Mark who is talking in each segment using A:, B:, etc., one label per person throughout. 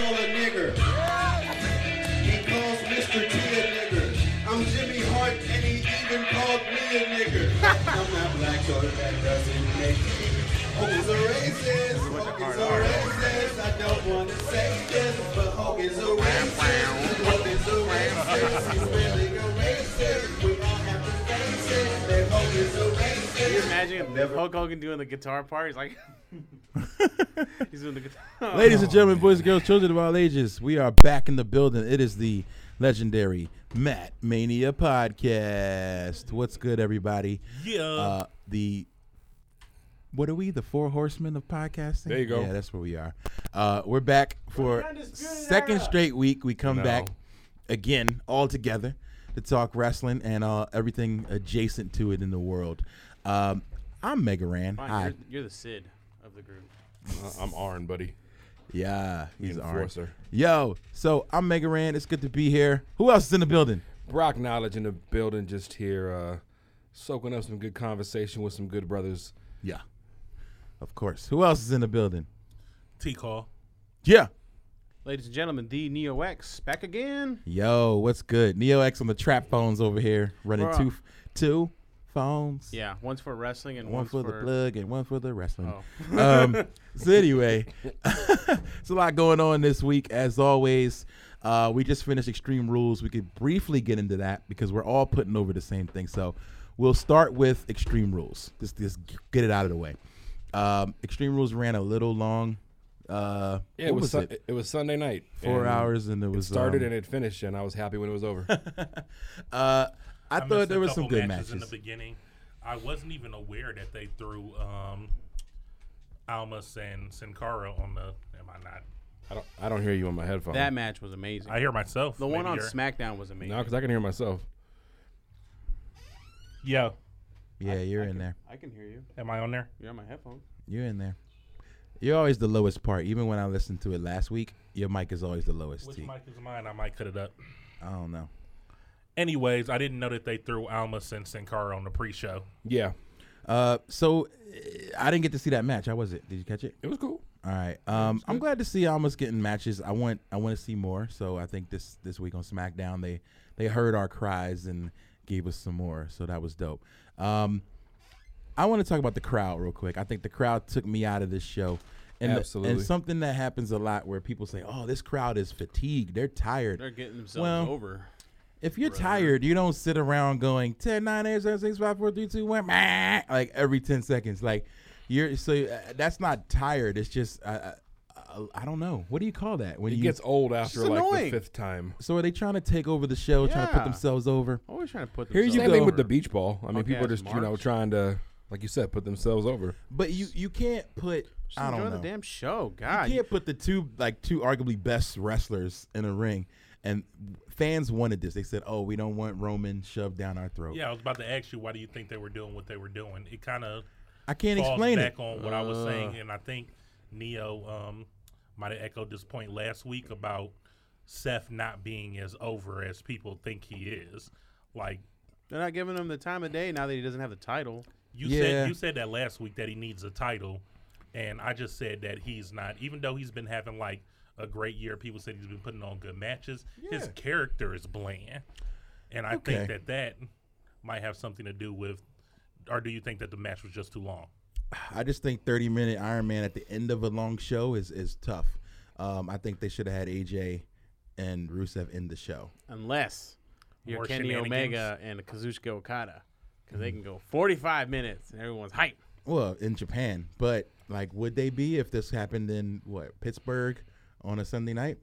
A: call a nigger. He calls Mr. T a nigger. I'm Jimmy Hart, and he even called me a nigger. I'm not black, so that doesn't make me. Hogan's a racist. Hogan's a racist. I don't want to say this, but Hogan's a racist. Hogan's a racist. He's really a racist. We all have to face it. That Hogan's a racist.
B: Can you imagine Hulk Hogan doing the guitar part? He's like, he's doing the guitar. Oh,
C: Ladies and gentlemen, boys and girls, children of all ages, we are back in the building. It is the legendary Matt Mania podcast. What's good, everybody? Yeah. Uh, the what are we? The four horsemen of podcasting. There
D: you go.
C: Yeah, that's where we are. Uh, we're back for second straight week. We come
D: No.
C: back again all together to talk wrestling and uh, everything adjacent to it in the world. Um, I'm Megaran.
B: Fine,
C: Hi.
B: you're, you're the Sid of the group.
D: Uh, I'm Arn, buddy.
C: Yeah, he's
D: The
C: armed.
D: enforcer.
C: Yo, so I'm Megaran. It's good to be here. Who else is in the building?
D: Brock Knowledge in the building just here, uh, soaking up some good conversation with some good brothers.
C: Yeah. Of course. Who else is in the building?
E: T call.
C: Yeah.
B: Ladies and gentlemen, the Neo X back again.
C: Yo, what's good? Neo X on the trap phones over here, running
B: Bruh.
C: two f- two phones.
B: Yeah, one's for wrestling and
C: One
B: one's
C: for, the plug and one for the wrestling.
B: Oh.
C: Um, so anyway, it's a lot going on this week. As always, uh, we just finished Extreme Rules. We could briefly get into that because we're all putting over the same thing. So we'll start with Extreme Rules. Just, just get it out of the way. Um, Extreme Rules ran a little long. Uh,
D: Yeah,
C: what
D: it was,
C: was
D: Sun-
C: it?
D: it? was Sunday night.
C: Four
D: and
C: hours, and it
D: It
C: was
D: started
C: um,
D: and it finished, and I was happy when it was over.
C: uh, I,
E: missed
C: thought
E: a
C: there was some
E: couple
C: good
E: in the
C: matches.
E: beginning. I wasn't even aware that they threw um, Almas and Sin Cara on the. Am I not?
D: I don't, I don't hear you on my headphone.
B: That match was amazing.
E: I hear myself.
B: the one
E: Maybe
B: on
E: you're-
B: SmackDown was amazing.
D: no, because I can hear myself.
E: Yo,
C: Yeah, you're in there.
B: I can hear you.
E: am I on there?
B: You're on my headphones.
C: You're in there. You're always the lowest part. Even when I listened to it last week, your mic is always the lowest.
E: Which
C: T.
E: mic is mine? I might cut it up.
C: I don't know.
E: Anyways, I didn't know that they threw Almas and Sin Cara on the pre-show.
D: Yeah,
C: Uh, so uh, I didn't get to see that match. How was it? Did you catch it?
D: it was cool.
C: All right. Um, I'm glad to see almost getting matches. I want I want to see more. So I think this this week on SmackDown they they heard our cries and gave us some more. So that was dope. Um, I want to talk about the crowd real quick. I think the crowd took me out of this show. And the-
D: Absolutely.
C: and something that happens a lot where people say, "Oh, this crowd is fatigued. They're tired."
B: They're getting themselves
C: Well,
B: over.
C: If you're tired, you don't sit around going 10, 9, 8, 7, 6, 5, 4, 3, 2, 1, meh, like every 10 seconds. Like you're so uh, that's not tired. It's just uh, uh, I don't know. What do you call that? When
D: It
C: you
D: gets old after
B: just
D: like
B: annoying.
D: the fifth time.
C: so are they trying to take over the show, trying to put
B: Yeah.
C: themselves over?
B: Always trying to put
C: Here you
B: themselves
D: Same
C: go.
D: thing
B: over.
D: with the beach ball. I mean, people are
B: Punk-ass
D: just you know
B: marks.
D: trying to, like you said, put themselves over.
C: But you you can't put
B: Just
C: I don't
B: enjoy
C: know.
B: the damn show.
C: you
B: God,
C: can't put the two like two arguably best wrestlers in a ring. And fans wanted this. They said, "Oh, we don't want Roman shoved down our throat."
E: Yeah, I was about to ask you why do you think they were doing what they were doing? It kind of
C: I can't
E: falls
C: explain
E: back
C: it. Uh.
E: on what I was saying, and I think Neo um, might have echoed this point last week about Seth not being as over as people think he is. Like
B: they're not giving him the time of day now that he doesn't have the title.
E: you
C: Yeah.
E: said, you said that last week that he needs a title, and I just said that he's not. Even though he's been having like a great year, people said he's been putting on good matches. His character is bland, and I
C: Okay.
E: think that that might have something to do with. Or do you think that the match was just too long?
C: I just think 30 minute Iron Man at the end of a long show is is tough. Um, I think they should have had AJ and Rusev end the show.
B: unless you're
E: More
B: Kenny
E: shenanigans.
B: Omega and Kazuchika Okada, because they can go 45 minutes and everyone's hype.
C: Well, in Japan, but like, would they be if this happened in what Pittsburgh on a Sunday night,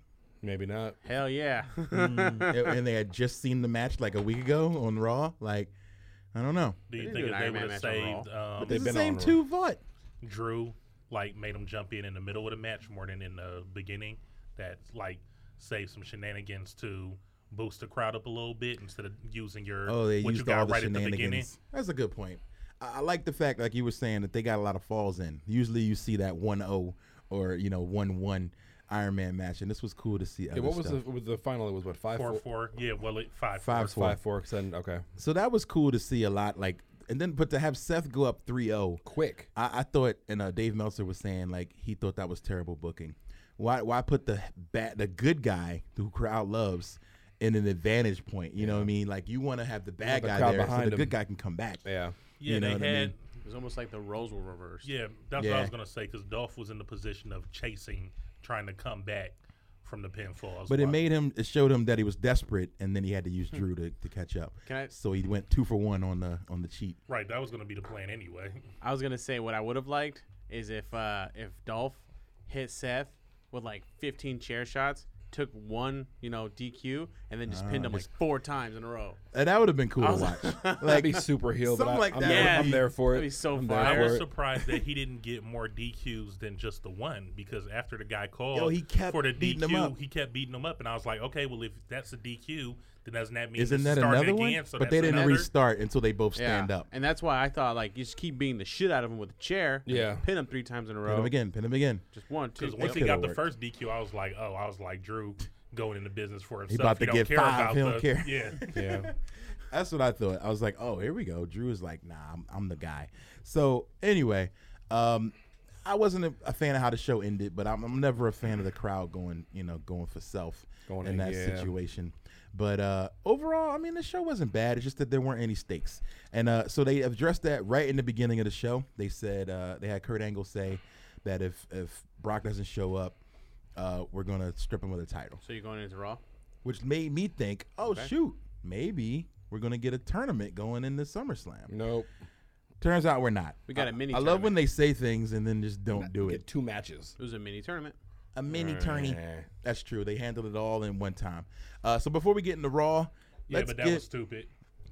D: Maybe not.
B: Hell yeah!
C: and, and they had just seen the match like a week ago on Raw? Like, I don't know.
E: Do you
B: didn't
E: think
B: do an
E: if they
B: Iron Man
E: would have
B: match on
E: saved um,
D: They've
C: It's the
D: been
C: same
D: on Raw.
C: two Vought.
E: Drew like made him jump in in the middle of the match more than in the beginning. That like saved some shenanigans to boost the crowd up a little bit instead of using your
C: Oh, they
E: what you
C: used
E: got
C: all the
E: right at the beginning.
C: shenanigans. That's a good point. I, I like the fact, like you were saying, that they got a lot of falls in. Usually, you see that 1-0 or you know one one Iron Man match, and this was cool to see. Other
D: Yeah, what was
C: stuff.
D: the was the final? It was what five
E: Four
D: four
E: four, yeah, well, it, five four.
C: five four?
D: five four. 'cause then- okay,
C: So that was cool to see a lot. Like, and then but to have Seth go up 3-0
D: quick.
C: I, I thought, and uh, Dave Meltzer was saying like he thought that was terrible booking. Why why put the bad the good guy who crowd loves in an advantage point? You know what I mean? Like you want to have the bad
D: the
C: guy
D: crowd
C: there so
D: behind
C: the good
D: him.
C: guy can come back.
D: Yeah,
E: Yeah,
C: You know
E: they
C: what I
E: had.
C: mean?
B: It was almost like the roles were reversed.
E: Yeah, that's what
C: Yeah.
E: I was gonna say because Dolph was in the position of chasing, trying to come back from the pinfall. I was
C: But it
E: like,
C: made him. It showed him that he was desperate, and then he had to use Drew to, to catch up.
B: Can I-
C: so he went two for one on the on the cheat.
E: right that was gonna be the plan anyway.
B: I was gonna say what I would have liked is if uh, if Dolph hit Seth with like 15 chair shots, took one you know DQ, and then just pinned him like four times in a row.
C: And Uh, that would have been cool to watch.
D: that'd
C: Like
D: be super heel. But
C: something
D: I,
C: like
D: I'm,
C: that
D: there-
C: would
D: I'm
C: be-
D: there for it.
B: that'd be so
D: I'm
B: fire.
D: there
E: I was
D: for it.
E: surprised that he didn't get more DQs than just the one because after the guy called
C: he kept
E: for the
C: beating him
E: DQ,
C: up.
E: he kept beating him up, and I was like, okay, well if that's a DQ, then doesn't that mean
C: isn't
E: it's
C: that
E: starting
C: another
E: again?
C: one?
E: So
C: but they
E: that's
C: didn't
E: another?
C: restart until they both stand up.
B: and that's why I thought like you just keep beating the shit out of him with a chair. and
D: Yeah.
B: pin him three times in a row.
C: Pin him again. Pin him again.
B: Just one, two.
E: Because once he
C: could've
E: got the
C: worked.
E: first DQ, I was like, oh, I was like Drew going into business for himself.
C: about to
E: don't
C: get
E: care
C: five,
E: about
C: he don't
E: the,
C: care.
E: Yeah.
D: Yeah,
C: That's what I thought. I was like, oh, here we go. Drew is like, nah, I'm, I'm the guy. So anyway, um, I wasn't a, a fan of how the show ended, but I'm, I'm never a fan of the crowd going, you know, going for self
D: Going
C: in
D: in,
C: that
D: yeah.
C: situation. But uh, overall, I mean, the show wasn't bad. It's just that there weren't any stakes, and uh, so they addressed that right in the beginning of the show. They said uh, they had Kurt Angle say that if if Brock doesn't show up, uh, we're gonna strip him of the title
B: So you're going into Raw.
C: which made me think, oh shoot, maybe we're gonna get a tournament going into SummerSlam.
D: nope.
C: Turns out we're not.
B: We got
C: I-
B: a mini
C: I love when they say things and then just don't do
D: Get
C: it.
D: two matches.
B: It was a mini tournament.
C: A mini tourney.
D: Eh.
C: That's true. They handled it all in one time. Uh, so before we get into Raw,
E: yeah,
C: let's
E: but that
C: get.
E: was stupid.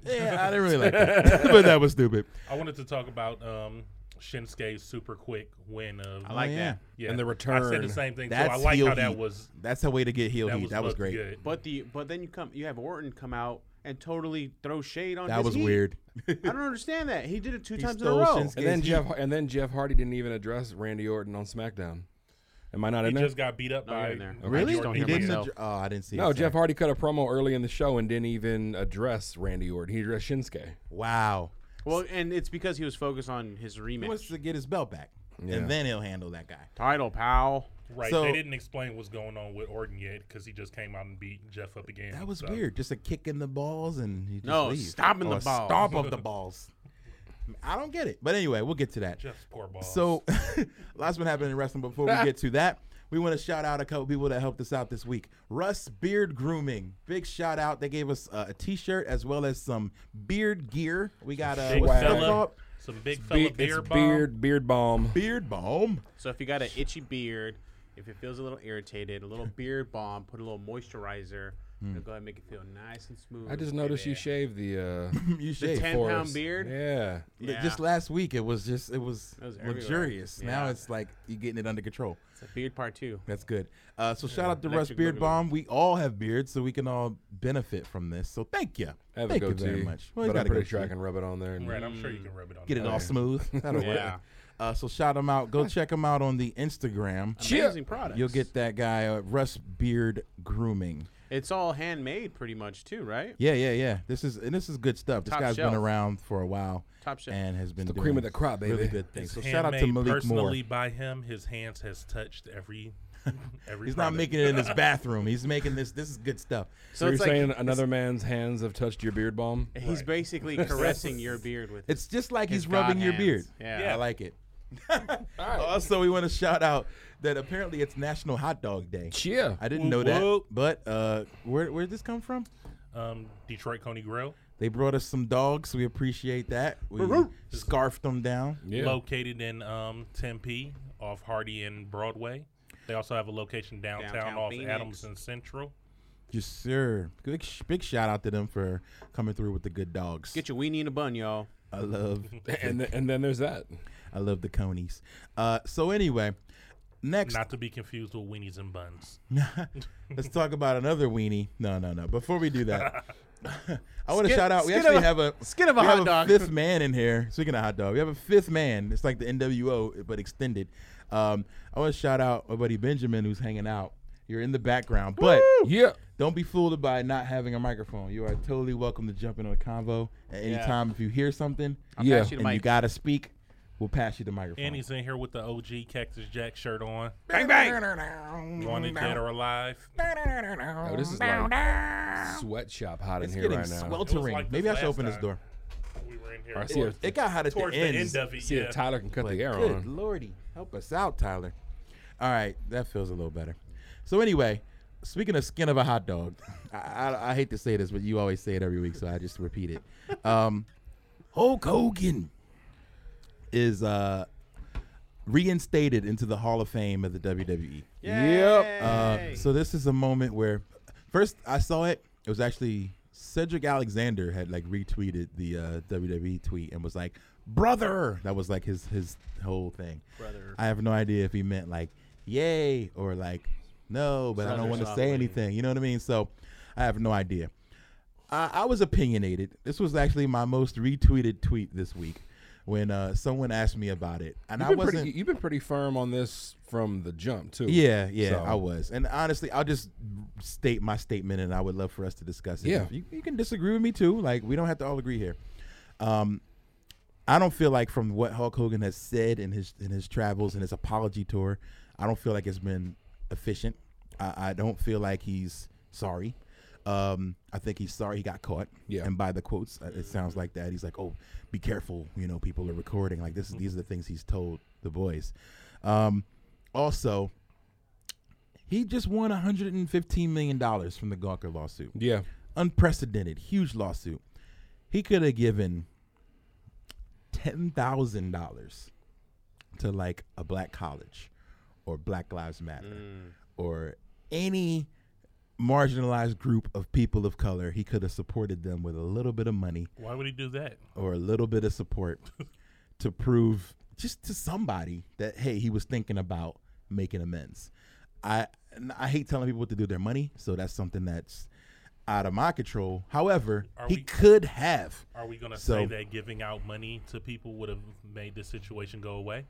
C: yeah, I didn't really like that, but that was stupid.
E: I wanted to talk about um, Shinsuke's super quick win of.
B: I like
C: Oh, yeah.
B: that.
E: Yeah.
D: And the
E: I said
D: return.
E: the same thing.
C: That's
E: too. I like
C: heel
E: how that
C: heat.
E: was.
C: That's a way to get heel
E: That
C: heat.
E: was,
C: that was
E: booked
C: great.
E: Good.
B: But the but then you come you have Orton come out and totally throw shade on.
C: That
B: his
C: was
B: heat.
C: weird.
B: I don't understand that. He did it two times in a
C: stole
B: row.
C: Shinsuke.
D: And then
C: He-
D: Jeff and then Jeff Hardy didn't even address Randy Orton on SmackDown. Am I not
E: He
D: in there?
E: just got beat up
B: No, you're
E: by
B: in there.
E: Randy
C: Really?
B: just don't
E: Orton.
C: He
B: hear
C: didn't.
B: myself.
C: addr- oh, I didn't see.
D: No,
C: it.
D: Jeff
C: Sorry.
D: Hardy cut a promo early in the show and didn't even address Randy Orton. He addressed Shinsuke.
C: Wow.
B: Well, and it's because he was focused on his
C: He wants
B: rematch
C: to get his belt back,
D: Yeah.
C: and then he'll handle that guy.
B: title, pal.
E: Right.
C: So-
E: they didn't explain what's going on with Orton yet because he just came out and beat Jeff up again.
C: That was
E: so.
C: weird. Just a kick in the balls and you just
B: No,
C: leave.
B: stomping the
C: Or a
B: balls.
C: Stomp of the balls. I don't get it. But anyway, we'll get to that.
E: Jeff's poor balls.
C: So, lots been happening in wrestling. But before we get to that, we want to shout out a couple people that helped us out this week. Russ Beard Grooming, big shout out. They gave us uh, a T-shirt as well as some beard gear. We got uh,
E: big
C: what's that
E: fella,
C: called?
E: some big
D: Be-
E: fella
D: it's
E: beer bomb.
D: beard beard bomb.
C: Beard balm.
B: So if you got an itchy beard, if it feels a little irritated, a little beard balm, put a little moisturizer.
C: Hmm.
B: It'll go ahead and make it feel nice and smooth.
D: I just noticed you
B: baby.
D: shaved the uh
C: You shave.
B: ten-
D: for
B: pound
D: us.
B: beard?
D: Yeah.
C: Li-
B: Yeah.
C: Just last week, it was just it was,
B: was everywhere.
C: luxurious. Now
B: Yeah.
C: it's like you're getting it under control.
B: It's a beard part two.
C: That's good. Uh, so shout out to Russ
B: Electric
C: Beard
B: Boogaloo.
C: Bomb. We all have beards, so we can all benefit from this. So thank you.
D: I have
C: thank
D: a
C: you
D: goatee.
C: very much. Well, you
D: but I'm
C: got a
D: pretty sure I
C: goatee.
D: can rub it on there. And
E: Right. I'm sure you can rub it on.
C: Get it
E: there.
C: all smooth. That'll
B: Yeah.
C: work. Uh, so shout them out. Go check them out on the Instagram.
B: Amazing product.
C: You'll get that guy uh, Russ Beard Grooming.
B: It's all handmade, pretty much too, right?
C: Yeah, yeah, yeah. This is and this is good stuff. This
B: Top
C: guy's
B: shelf.
C: been around for a while.
B: Top shelf.
C: And has been
D: the
C: doing
D: cream of the crop,
C: Really
D: baby.
C: good things. So
E: It's
C: shout out to
E: handmade
C: Malik Moore.
E: personally by him. His hands has touched every. every
C: He's not
E: product.
C: making it in his bathroom. He's making this. This is good stuff.
D: So,
B: So
D: you're
B: it's like-
D: saying another man's hands have touched your beard bomb?
B: He's basically caressing your beard with.
C: It's just like
B: His
C: he's rubbing
B: God
C: your
B: hands.
C: beard.
B: Yeah.
C: I like it. Also, we want to shout out that apparently it's National Hot Dog Day.
D: Chia.
C: I didn't know
E: Whoop,
C: that,
E: whoop.
C: but uh, where where did this come from?
E: Um, Detroit Coney Grill,
C: They brought us some dogs. We appreciate that. We scarfed them down.
D: Yeah.
E: located in um, Tempe off Hardy and Broadway. They also have a location downtown,
B: Downtown
E: off
B: Phoenix.
E: Adams and Central.
C: Yes, sir. Big, sh- big shout out to them for coming through with the good dogs.
B: Get your weenie in a bun, y'all.
C: I love
D: and th- and then there's that.
C: I love the conies. Uh, so anyway, next
E: Not to be confused with weenies and buns.
C: let's talk about another weenie. No, no, no. Before we do that, I want to
B: Skin-
C: shout out. We
B: skin
C: actually
B: of a-
C: have a
B: skin of a
C: we
B: hot
C: have
B: dog.
C: fifth man in here. Speaking of hot dog, we have a fifth man. It's like the NWO but extended. Um, I want to shout out my buddy Benjamin who's hanging out. You're in the background, but
D: Yeah.
C: don't be fooled by not having a microphone. You are totally welcome to jump in on a convo at any
B: Yeah.
C: time if you hear something
D: yeah.
B: pass you the
C: and you
B: mic.
C: gotta speak. We'll pass you the microphone.
E: And he's in here with the OG Cactus Jack shirt on.
B: Bang bang.
E: Wanted dead or alive.
D: Oh, this is like sweatshop hot
C: it's
D: in here
C: getting
D: right now.
C: sweltering.
E: like this
C: Maybe I should
E: last
C: open this
E: time.
C: door.
E: We were in here.
D: I see
E: towards,
D: if,
C: It got hot at
E: towards
C: the
E: the
C: end.
E: end of it.
D: see
E: Yeah.
D: if Tyler can cut the air
C: Good
D: on.
C: lordy, help us out, Tyler. All right, that feels a little better. So anyway, speaking of skin of a hot dog, I, I, I hate to say this, but you always say it every week, so I just repeat it. Um, Hulk Hogan is uh, reinstated into the Hall of Fame of the E. WWE.
D: Yep.
C: Uh,
B: Yay.
C: so this is a moment where, first I saw it. It was actually Cedric Alexander had like retweeted the uh, WWE tweet and was like, "Brother," that was like his his whole thing.
B: Brother.
C: I have no idea if he meant like "yay" or like "no," but I don't
B: Sounds
C: want to
B: soft
C: say
B: landing.
C: anything. You know what I mean? So I have no idea. I, I was opinionated. This was actually my most retweeted tweet this week when uh, someone asked me about it, and
D: You've
C: I
D: been,
C: wasn't.
D: pretty, e you've been pretty firm on this from the jump too.
C: Yeah, yeah,
D: So-
C: I was. And honestly, I'll just state my statement, and I would love for us to discuss it.
D: Yeah.
C: If you, you can disagree with me too. Like we don't have to all agree here. Um, I don't feel like from what Hulk Hogan has said in his in his travels and his apology tour, I don't feel like it's been efficient. I, I don't feel like he's sorry. Um, I think he's sorry he got caught.
D: Yeah.
C: And by the quotes, uh, it sounds like that. He's like, "Oh, be careful, you know, people are recording." Like this, is these are the things he's told the boys. Um, also, he just won 115 million dollars from the Gawker lawsuit.
D: Yeah.
C: Unprecedented, huge lawsuit. He could have given ten thousand dollars to like a black college or Black Lives Matter or any marginalized group of people of color. He could have supported them with a little bit of money
E: Why would he do that?
C: or a little bit of support to prove just to somebody that hey he was thinking about making amends i and i hate telling people what to do with their money so that's something that's out of my control however
E: Are
C: he
E: we-
C: could have
E: Are we going to
C: So-
E: say that giving out money to people would have made this situation go away?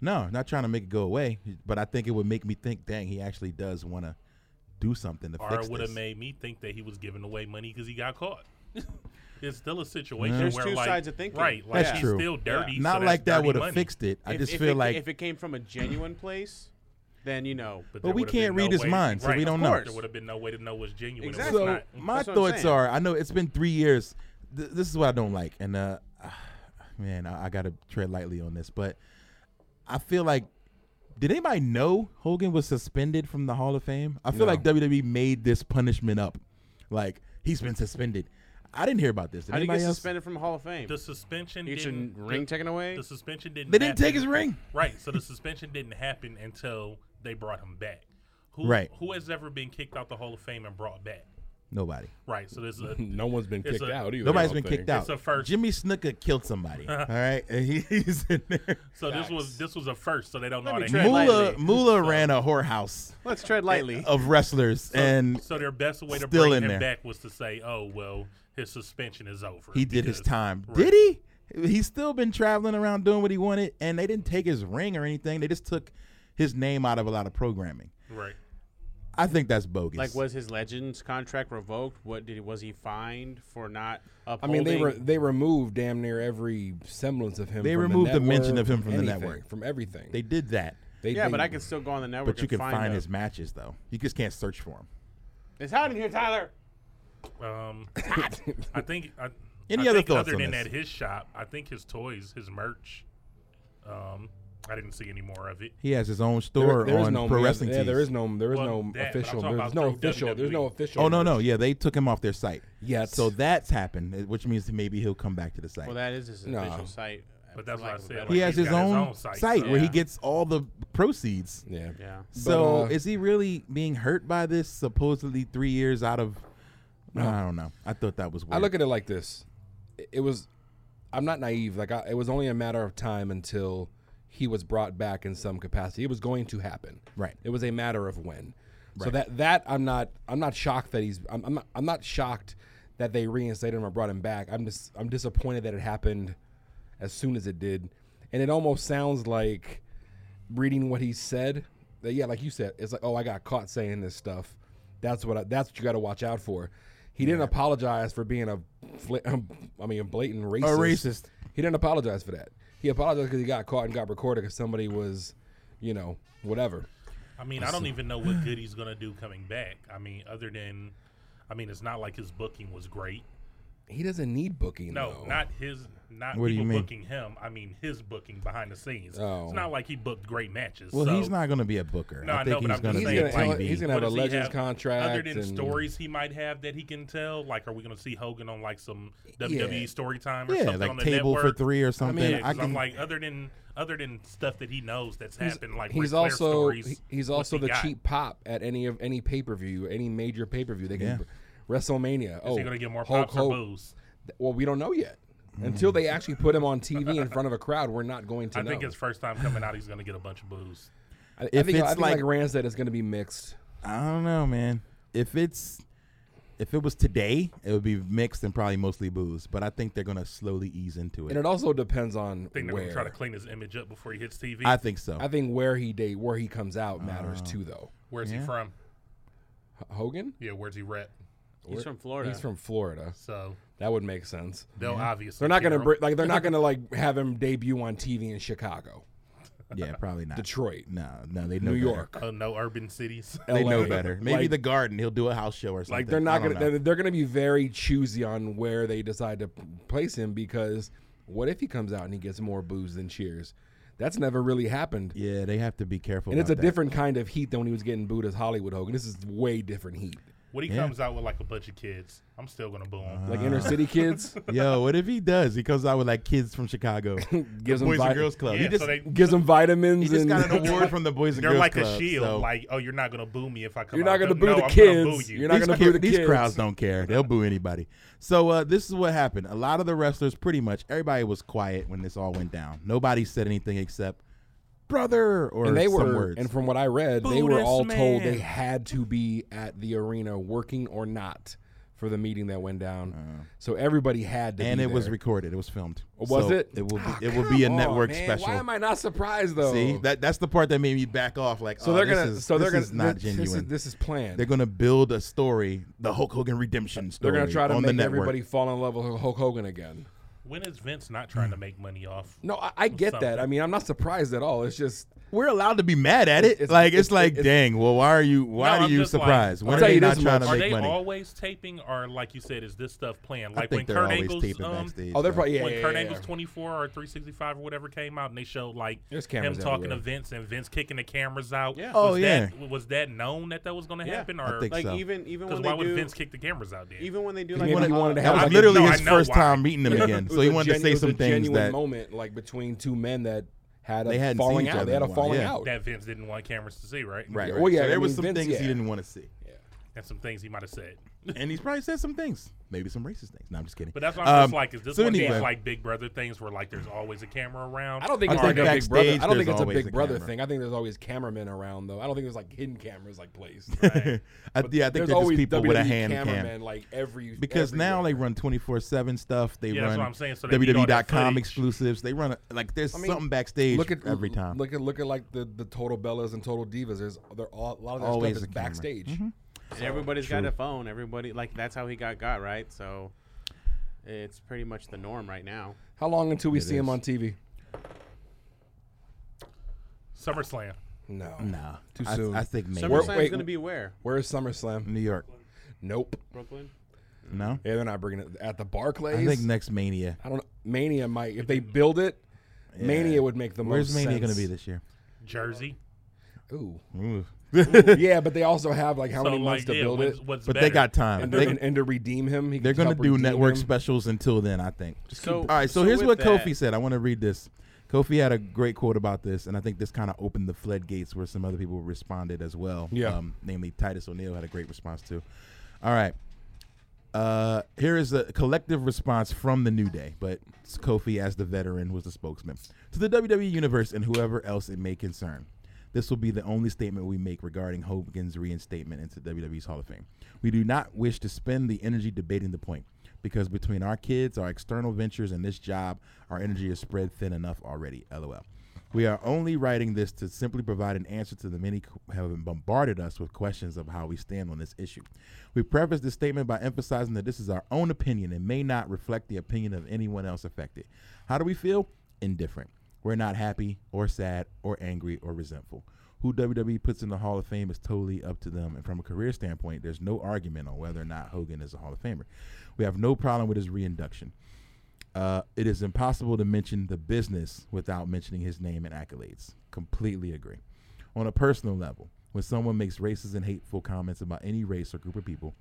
C: no not trying to make it go away but i think it would make me think dang he actually does want to do something to
E: Or
C: fix
E: it would
C: this
E: have made me think that he was giving away money because he got caught. it's still a situation
B: There's
E: where,
B: two
E: like,
B: sides of thinking.
E: right? Like,
C: That's
E: he's
C: true.
E: still dirty. so
C: not
E: that's
C: like that
E: dirty
C: would have
E: money.
C: fixed it i
B: If-
C: just
B: if
C: feel
B: it,
C: like
B: if it came from a genuine place, then you know.
E: But,
C: But
E: there
C: we
E: would've been
C: can't
E: no
C: read his
E: way-
C: mind, so
E: right,
C: we
E: of
C: don't
E: course.
C: know.
E: There would have been no way to know what's genuine. and what's
B: Exactly.
C: so
E: not.
C: my
B: That's what I'm
C: thoughts
B: saying.
C: are i know it's been three years Th- this is what i don't like and uh man I, I gotta tread lightly on this but i feel like did anybody know hogan was suspended from the hall of fame i feel
D: No.
C: like wwe made this punishment up like he's been suspended i didn't hear about this did
B: How do you
C: anybody
B: get
C: else
B: suspended from Hall of Fame?
E: the suspension
B: You get your
E: didn't
B: ring taken away?
E: The suspension didn't.
C: they didn't take
E: happen-
C: his ring
E: Right. So the suspension didn't happen until they brought him back. Who,
C: Right.
E: Who has ever been kicked out the Hall of Fame and brought back?
C: nobody
E: Right. So there's a
D: No one's been
E: It's
D: kicked
E: a-
D: out either.
C: nobody's
D: I
C: been
D: don't
C: kicked
D: think.
C: out
E: It's a first.
C: jimmy snooker killed somebody all right and he- he's in there
E: so this was this was a first. So they don't know
B: Let me
E: how to
B: try
E: handle it.
C: Moolah,
B: lightly.
C: Moolah ran a whorehouse
B: Let's tread lightly.
C: of wrestlers and
E: so their best way to
C: still
E: bring
C: in
E: him
C: there.
E: back was to say, "Oh well, his suspension is over."
C: He did his
E: because-
C: time.
E: Right.
C: Did he? He's still been traveling around doing what he wanted, and they didn't take his ring or anything. They just took his name out of a lot of programming.
E: Right.
C: I think that's bogus.
B: Like, was his Legends contract revoked? What did was he fined for not
D: I
B: upholding?
D: mean, they re- they removed damn near every semblance of him.
C: They
D: from
C: removed
D: the
C: the mention
D: network,
C: of him from the
D: anything,
C: network.
D: from everything.
C: they did that?
D: they
B: yeah,
D: they-
B: but I can still go on the network.
C: But you can
B: and
C: find,
B: find
C: his
B: them.
C: matches though. You just can't search for him.
B: It's hot in here, Tyler.
E: Um, I think. I,
C: Any
E: I
C: other
E: think
C: thoughts
E: other
C: on
E: than
C: this?
E: at his shop? I think his toys, his merch. Um, I didn't see any more of it.
C: He has his own
D: There,
C: store
D: there is
C: on
D: no
C: pro
D: yeah,
C: wrestling.
D: yeah, there
C: tees.
D: is no there is
E: Well,
D: no
E: that, but I'm
D: official
E: talking
D: there's
E: about
D: no
E: through
D: official there's no
E: WWE.
D: official.
C: Oh no
D: merch.
C: no yeah they took him off their site.
D: Yes.
C: So that's happened, eh, which means maybe he'll come back to the site.
B: Well, that is his
D: No.
B: official site. uh,
E: But that's
B: for
E: what
B: lack
E: I
B: of a
E: said,
B: better
E: like,
C: he
B: word.
C: has
E: he's
C: his
E: got his
C: own,
E: own
C: site,
E: site, so-
C: where he
B: Yeah.
C: gets all the proceeds.
D: Yeah.
B: yeah.
C: So
D: uh,
C: is he really being hurt by this? Supposedly three years out of. I don't know. I thought that was weird.
D: I look at it like this: It- it was I'm not naive. Like I, it was only a matter of time until he was brought back in some capacity. It was going to happen.
C: Right.
D: It was a matter of when. So that that I'm not I'm not shocked that he's I'm I'm not, I'm not shocked that they reinstated him or brought him back. I'm just I'm disappointed that it happened as soon as it did, and it almost sounds like reading what he said. That, yeah, like you said, it's like oh I got caught saying this stuff. That's what I, that's what you got to watch out for. He didn't apologize for being a, fla- um, I mean, a blatant racist.
C: racist.
D: He didn't apologize for that. He apologized because he got caught and got recorded because somebody was, you know, whatever.
E: I mean, I don't even know what good he's gonna do coming back. I mean, other than, I mean, it's not like his booking was great.
D: He doesn't need booking.
E: No,
D: though.
E: not his, not
C: What do you
E: people
C: mean?
E: booking him. I mean, his booking behind the scenes.
D: Oh.
E: It's not like he booked great matches.
C: Well, he's
E: so-
C: not going to be a booker.
E: No,
C: I
E: I
C: think
E: know, but
C: he's
E: I'm
C: going to
E: just
C: be a
D: saying, like,
C: TV.
D: he's gonna- have a
E: What does he
D: Legends
E: have-
D: contract
E: Other than
D: and-
E: stories he might have that he can tell, like are we going to see Hogan on like some WWE story time or
C: yeah,
E: something
C: like
E: on the
C: table
E: network?
C: for three or something.
E: Yeah,
C: I,
E: 'cause I'm
C: can.
E: like other than other than stuff that he knows that's happened, like Ric
D: He's
E: Flair
D: also
E: stories,
D: he- he's
E: what's
D: also
E: he
D: the
E: got?
D: cheap pop at any of any pay per view, any major pay per view. They can
C: Yeah.
D: br- WrestleMania. oh,
E: Is he going to get more
D: Hulk
E: pops or
D: Hogan-
E: boos?
D: Th- Well, we don't know yet. Until they actually put him on TV in front of a crowd, we're not going to
E: I
D: know.
E: think his first time coming out, he's going to get a bunch of boos.
D: I, I
C: if
D: think,
C: it's
D: I think
C: like-
D: like, Rand said, it's going to be mixed.
C: I don't know, man. If it's if it was today, it would be mixed and probably mostly booze. But I think they're going to slowly ease into
D: And
C: it.
D: it also depends on
E: I think they're going to
D: where.
E: try to clean his image up before he hits TV.
C: I think so.
D: I think where he date, where he comes out matters too, though.
E: Where's he from?
D: H- Hogan,
E: Yeah, where's he rep?
B: He's from Florida.
D: he's from Florida.
E: So
D: That would make sense.
E: they'll obviously
D: They're not
E: going
D: gonna br- like they're not gonna like have him debut on TV in Chicago,
C: yeah, probably not.
D: Detroit,
C: No, no, they know
D: New
C: better.
D: York.
E: Oh, no, urban cities.
C: They
D: LA.
C: know better. Maybe
D: Like-
C: the Garden. He'll do a house show or something.
D: Like they're
C: I
D: not
C: don't
D: gonna
C: know.
D: they're, they're gonna be very choosy on where they decide to p- place him because what if he comes out and he gets more booze than cheers? That's never really happened.
C: yeah, they have to be careful.
D: And it's a
C: about that.
D: different kind of heat than when he was getting booed as Hollywood Hogan. This is way different heat.
E: What he comes out with like a bunch of kids, I'm still going to boo him.
D: Like
C: Uh.
D: inner city kids
C: Yo, what if he does? He comes out with like kids from Chicago,
D: gives them
C: Boys
D: vi-
C: and Girls Club.
E: yeah,
C: he just
E: so they,
D: gives them vitamins
C: he just
D: and
C: got an award from the Boys and
E: they're
C: Girls
E: like
C: Club.
E: a shield.
C: so-
E: Like, oh, you're not going to boo me if I come
D: You're
E: out.
D: not gonna
E: No,
D: boo the
E: I'm gonna
D: kids.
E: boo you.
D: You're not-
C: these,
D: gonna boo the
C: these
D: kids.
C: crowds don't care. They'll boo anybody. So uh, this is what happened. A lot of the wrestlers, pretty much everybody, was quiet when this all went down. Nobody said anything except brother or
D: and they
C: some
D: were
C: words.
D: and from what I read, they
E: Boo
D: were
E: this
D: all told they
E: man.
D: had to be at the arena working or not for the meeting that went down. so everybody had to
C: Uh. And
D: be
C: it was
D: there.
C: recorded. It was filmed.
D: Was
C: So
D: it?
C: It will be.
D: Ah,
C: it will be a
D: come on,
C: network
D: man.
C: special.
D: Why am I not surprised though?
C: See that that's the part that made me back off. Like,
D: So
C: oh,
D: they're
C: this
D: gonna.
C: is-
D: so they're
C: this
D: gonna.
C: is not
D: this,
C: genuine.
D: This is, this is planned.
C: they're
D: They're,
C: gonna build a story, the Hulk Hogan redemption story.
D: gonna try to
C: on
D: make
C: the network.
D: everybody fall in love with Hulk Hogan again.
E: When is Vince not trying to make money off?
D: No, I, I get that. I mean, I'm not surprised at all. It's just
C: We're allowed to be mad at it.
D: It's-
C: like
D: it's-
C: it's, like,
D: it's-
C: dang. Well, why are you? Why
E: No,
C: are
E: I'm
C: you
E: just like-
C: surprised?
D: I'll
C: when
D: tell
C: are they
D: you
C: not
D: this
C: trying
D: much.
C: to
E: Are
C: make
E: they
C: money?
E: always taping, or like you said, is this stuff planned?
C: I think
E: Like when
C: they're
E: Kurt
C: always
E: Angle's
C: taping
E: um,
C: backstage.
D: oh, they're
C: though.
D: probably yeah.
E: when
D: yeah,
E: Kurt
D: yeah,
E: Angle's
D: yeah.
E: 24 or 365 or whatever came out, and they showed like
D: There's
E: him
D: cameras
E: talking
D: everywhere.
E: to Vince and Vince kicking the cameras out. Yeah.
C: Oh,
E: was
C: yeah.
E: That, was that known that that was going to
B: Yeah,
E: happen?
C: I
E: Or
C: think
B: like
C: so.
B: even even
E: because
B: when
E: why
B: they
E: would
B: do
E: Vince kick the cameras out then?
B: even when they do
D: Because
B: like
D: maybe
B: a-
D: he wanted to
C: That
D: have
C: was
D: like a-
C: literally
E: No,
C: his
E: I know
C: first
E: why.
C: time meeting him again.
D: It
C: So
D: was
C: he
D: a
C: wanted
D: genu-
C: to say
D: it was
C: some
D: a
C: things
D: genuine
C: that
D: moment like between two men that had a
C: They hadn't seen
D: falling
C: each
D: out.
C: other
D: They
C: in
D: had a
C: a while,
D: falling
C: yeah.
D: out.
E: that Vince didn't want cameras to see, right?
C: right.
D: Yeah,
C: right.
D: well, yeah,
C: So
D: I
C: there was
D: mean,
C: some
D: Vince,
C: things he
D: yeah.
C: didn't want to see,
E: And some things he might have said.
C: and he's probably said some things, maybe some racist things. No, I'm just kidding.
E: But that's what I'm just
C: Um,
E: like, is this
C: so
E: one of
C: anyway.
E: these like Big Brother things where like there's always a camera around?
D: I don't think
C: I
D: it's
C: think
D: like a Big Brother. I
C: backstage
D: don't think
C: there's
D: it's a
C: always
D: Big
C: a
D: Brother
C: camera.
D: thing. I think there's always cameramen around though. I don't think there's like hidden cameras like placed.
C: I, yeah, I think
D: There's
C: they're just
D: always
C: people
D: WWE
C: with a hand
D: cameramen
C: cam.
D: like every
C: Because now they
D: everywhere.
C: run 24 7 stuff. They
E: Yeah, that's
C: run
E: what I'm saying. So they need all that
C: WWE.com
E: footage.
C: exclusives. They run, a, like, there's
D: I mean,
C: something backstage
D: look at
C: every time.
D: Look at look at like the the total bellas and total divas. There's they're all, a lot of that
C: Always a
D: stuff is
C: camera. Mm-hmm.
D: backstage.
B: And everybody's got a phone. Everybody like that's how he got got right. So it's pretty much the norm right now.
D: How long until we see
C: is.
D: him on TV?
E: SummerSlam.
D: No,
C: nah.
D: too
C: I,
D: soon.
C: I think maybe.
D: Where-
B: SummerSlam's
D: wait,
B: gonna be where?
D: Where's SummerSlam?
C: New York.
D: Nope.
B: Brooklyn.
C: No?
D: Yeah, they're not bringing it at the Barclays.
C: I think next Mania.
D: I don't know. Mania might if they build it. Mania would make the
C: Where's
D: most
C: Mania going to
D: sense.
C: be this year?
E: Jersey.
D: Ooh.
C: Ooh.
D: yeah, but they also have like how
E: so
D: many
E: like,
D: months to
E: yeah,
D: build
E: what's,
D: it,
E: What's
C: But
E: better?
C: they got time.
D: and,
C: They,
D: to- and, and to redeem him. He
C: They're
D: going to
C: do network
D: him.
C: specials until then, I think.
B: So
C: All right, so,
B: so
C: here's
B: with
C: what
B: that-
C: Kofi said. I want to read this. Kofi had a great quote about this, and I think this kind of opened the floodgates where some other people responded as well. Um,
D: Yeah.
C: namely, Titus O'Neil had a great response too. All right. Uh, here is a collective response from the New Day, but Kofi, as the veteran, was the spokesman to the WWE Universe and whoever else it may concern. This will be the only statement we make regarding Hogan's reinstatement into WWE's Hall of Fame. We do not wish to spend the energy debating the point because between our kids, our external ventures, and this job, our energy is spread thin enough already. LOL. We are only writing this to simply provide an answer to the many who have bombarded us with questions of how we stand on this issue. We preface this statement by emphasizing that this is our own opinion and may not reflect the opinion of anyone else affected. How do we feel? Indifferent. We're not happy or sad or angry or resentful. Who WWE puts in the Hall of Fame is totally up to them. And from a career standpoint, there's no argument on whether or not Hogan is a Hall of Famer. We have no problem with his reinduction. Uh, it is impossible to mention the business without mentioning his name and accolades. Completely agree. On a personal level, when someone makes racist and hateful comments about any race or group of people,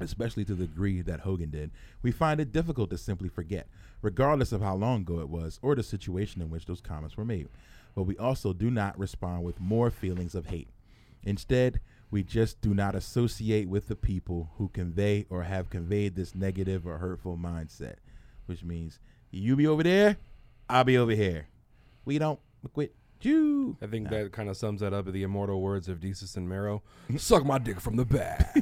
C: especially to the degree that Hogan did, we find it difficult to simply forget, regardless of how long ago it was or the situation in which those comments were made. But we also do not respond with more feelings of hate. Instead, we just do not associate with the people who convey or have conveyed this negative or hurtful mindset, which means you be over there, I'll be over here. We don't fuck with you.
D: I think that kind of sums that up in the immortal words of Desus and Mero. Suck my dick from the back.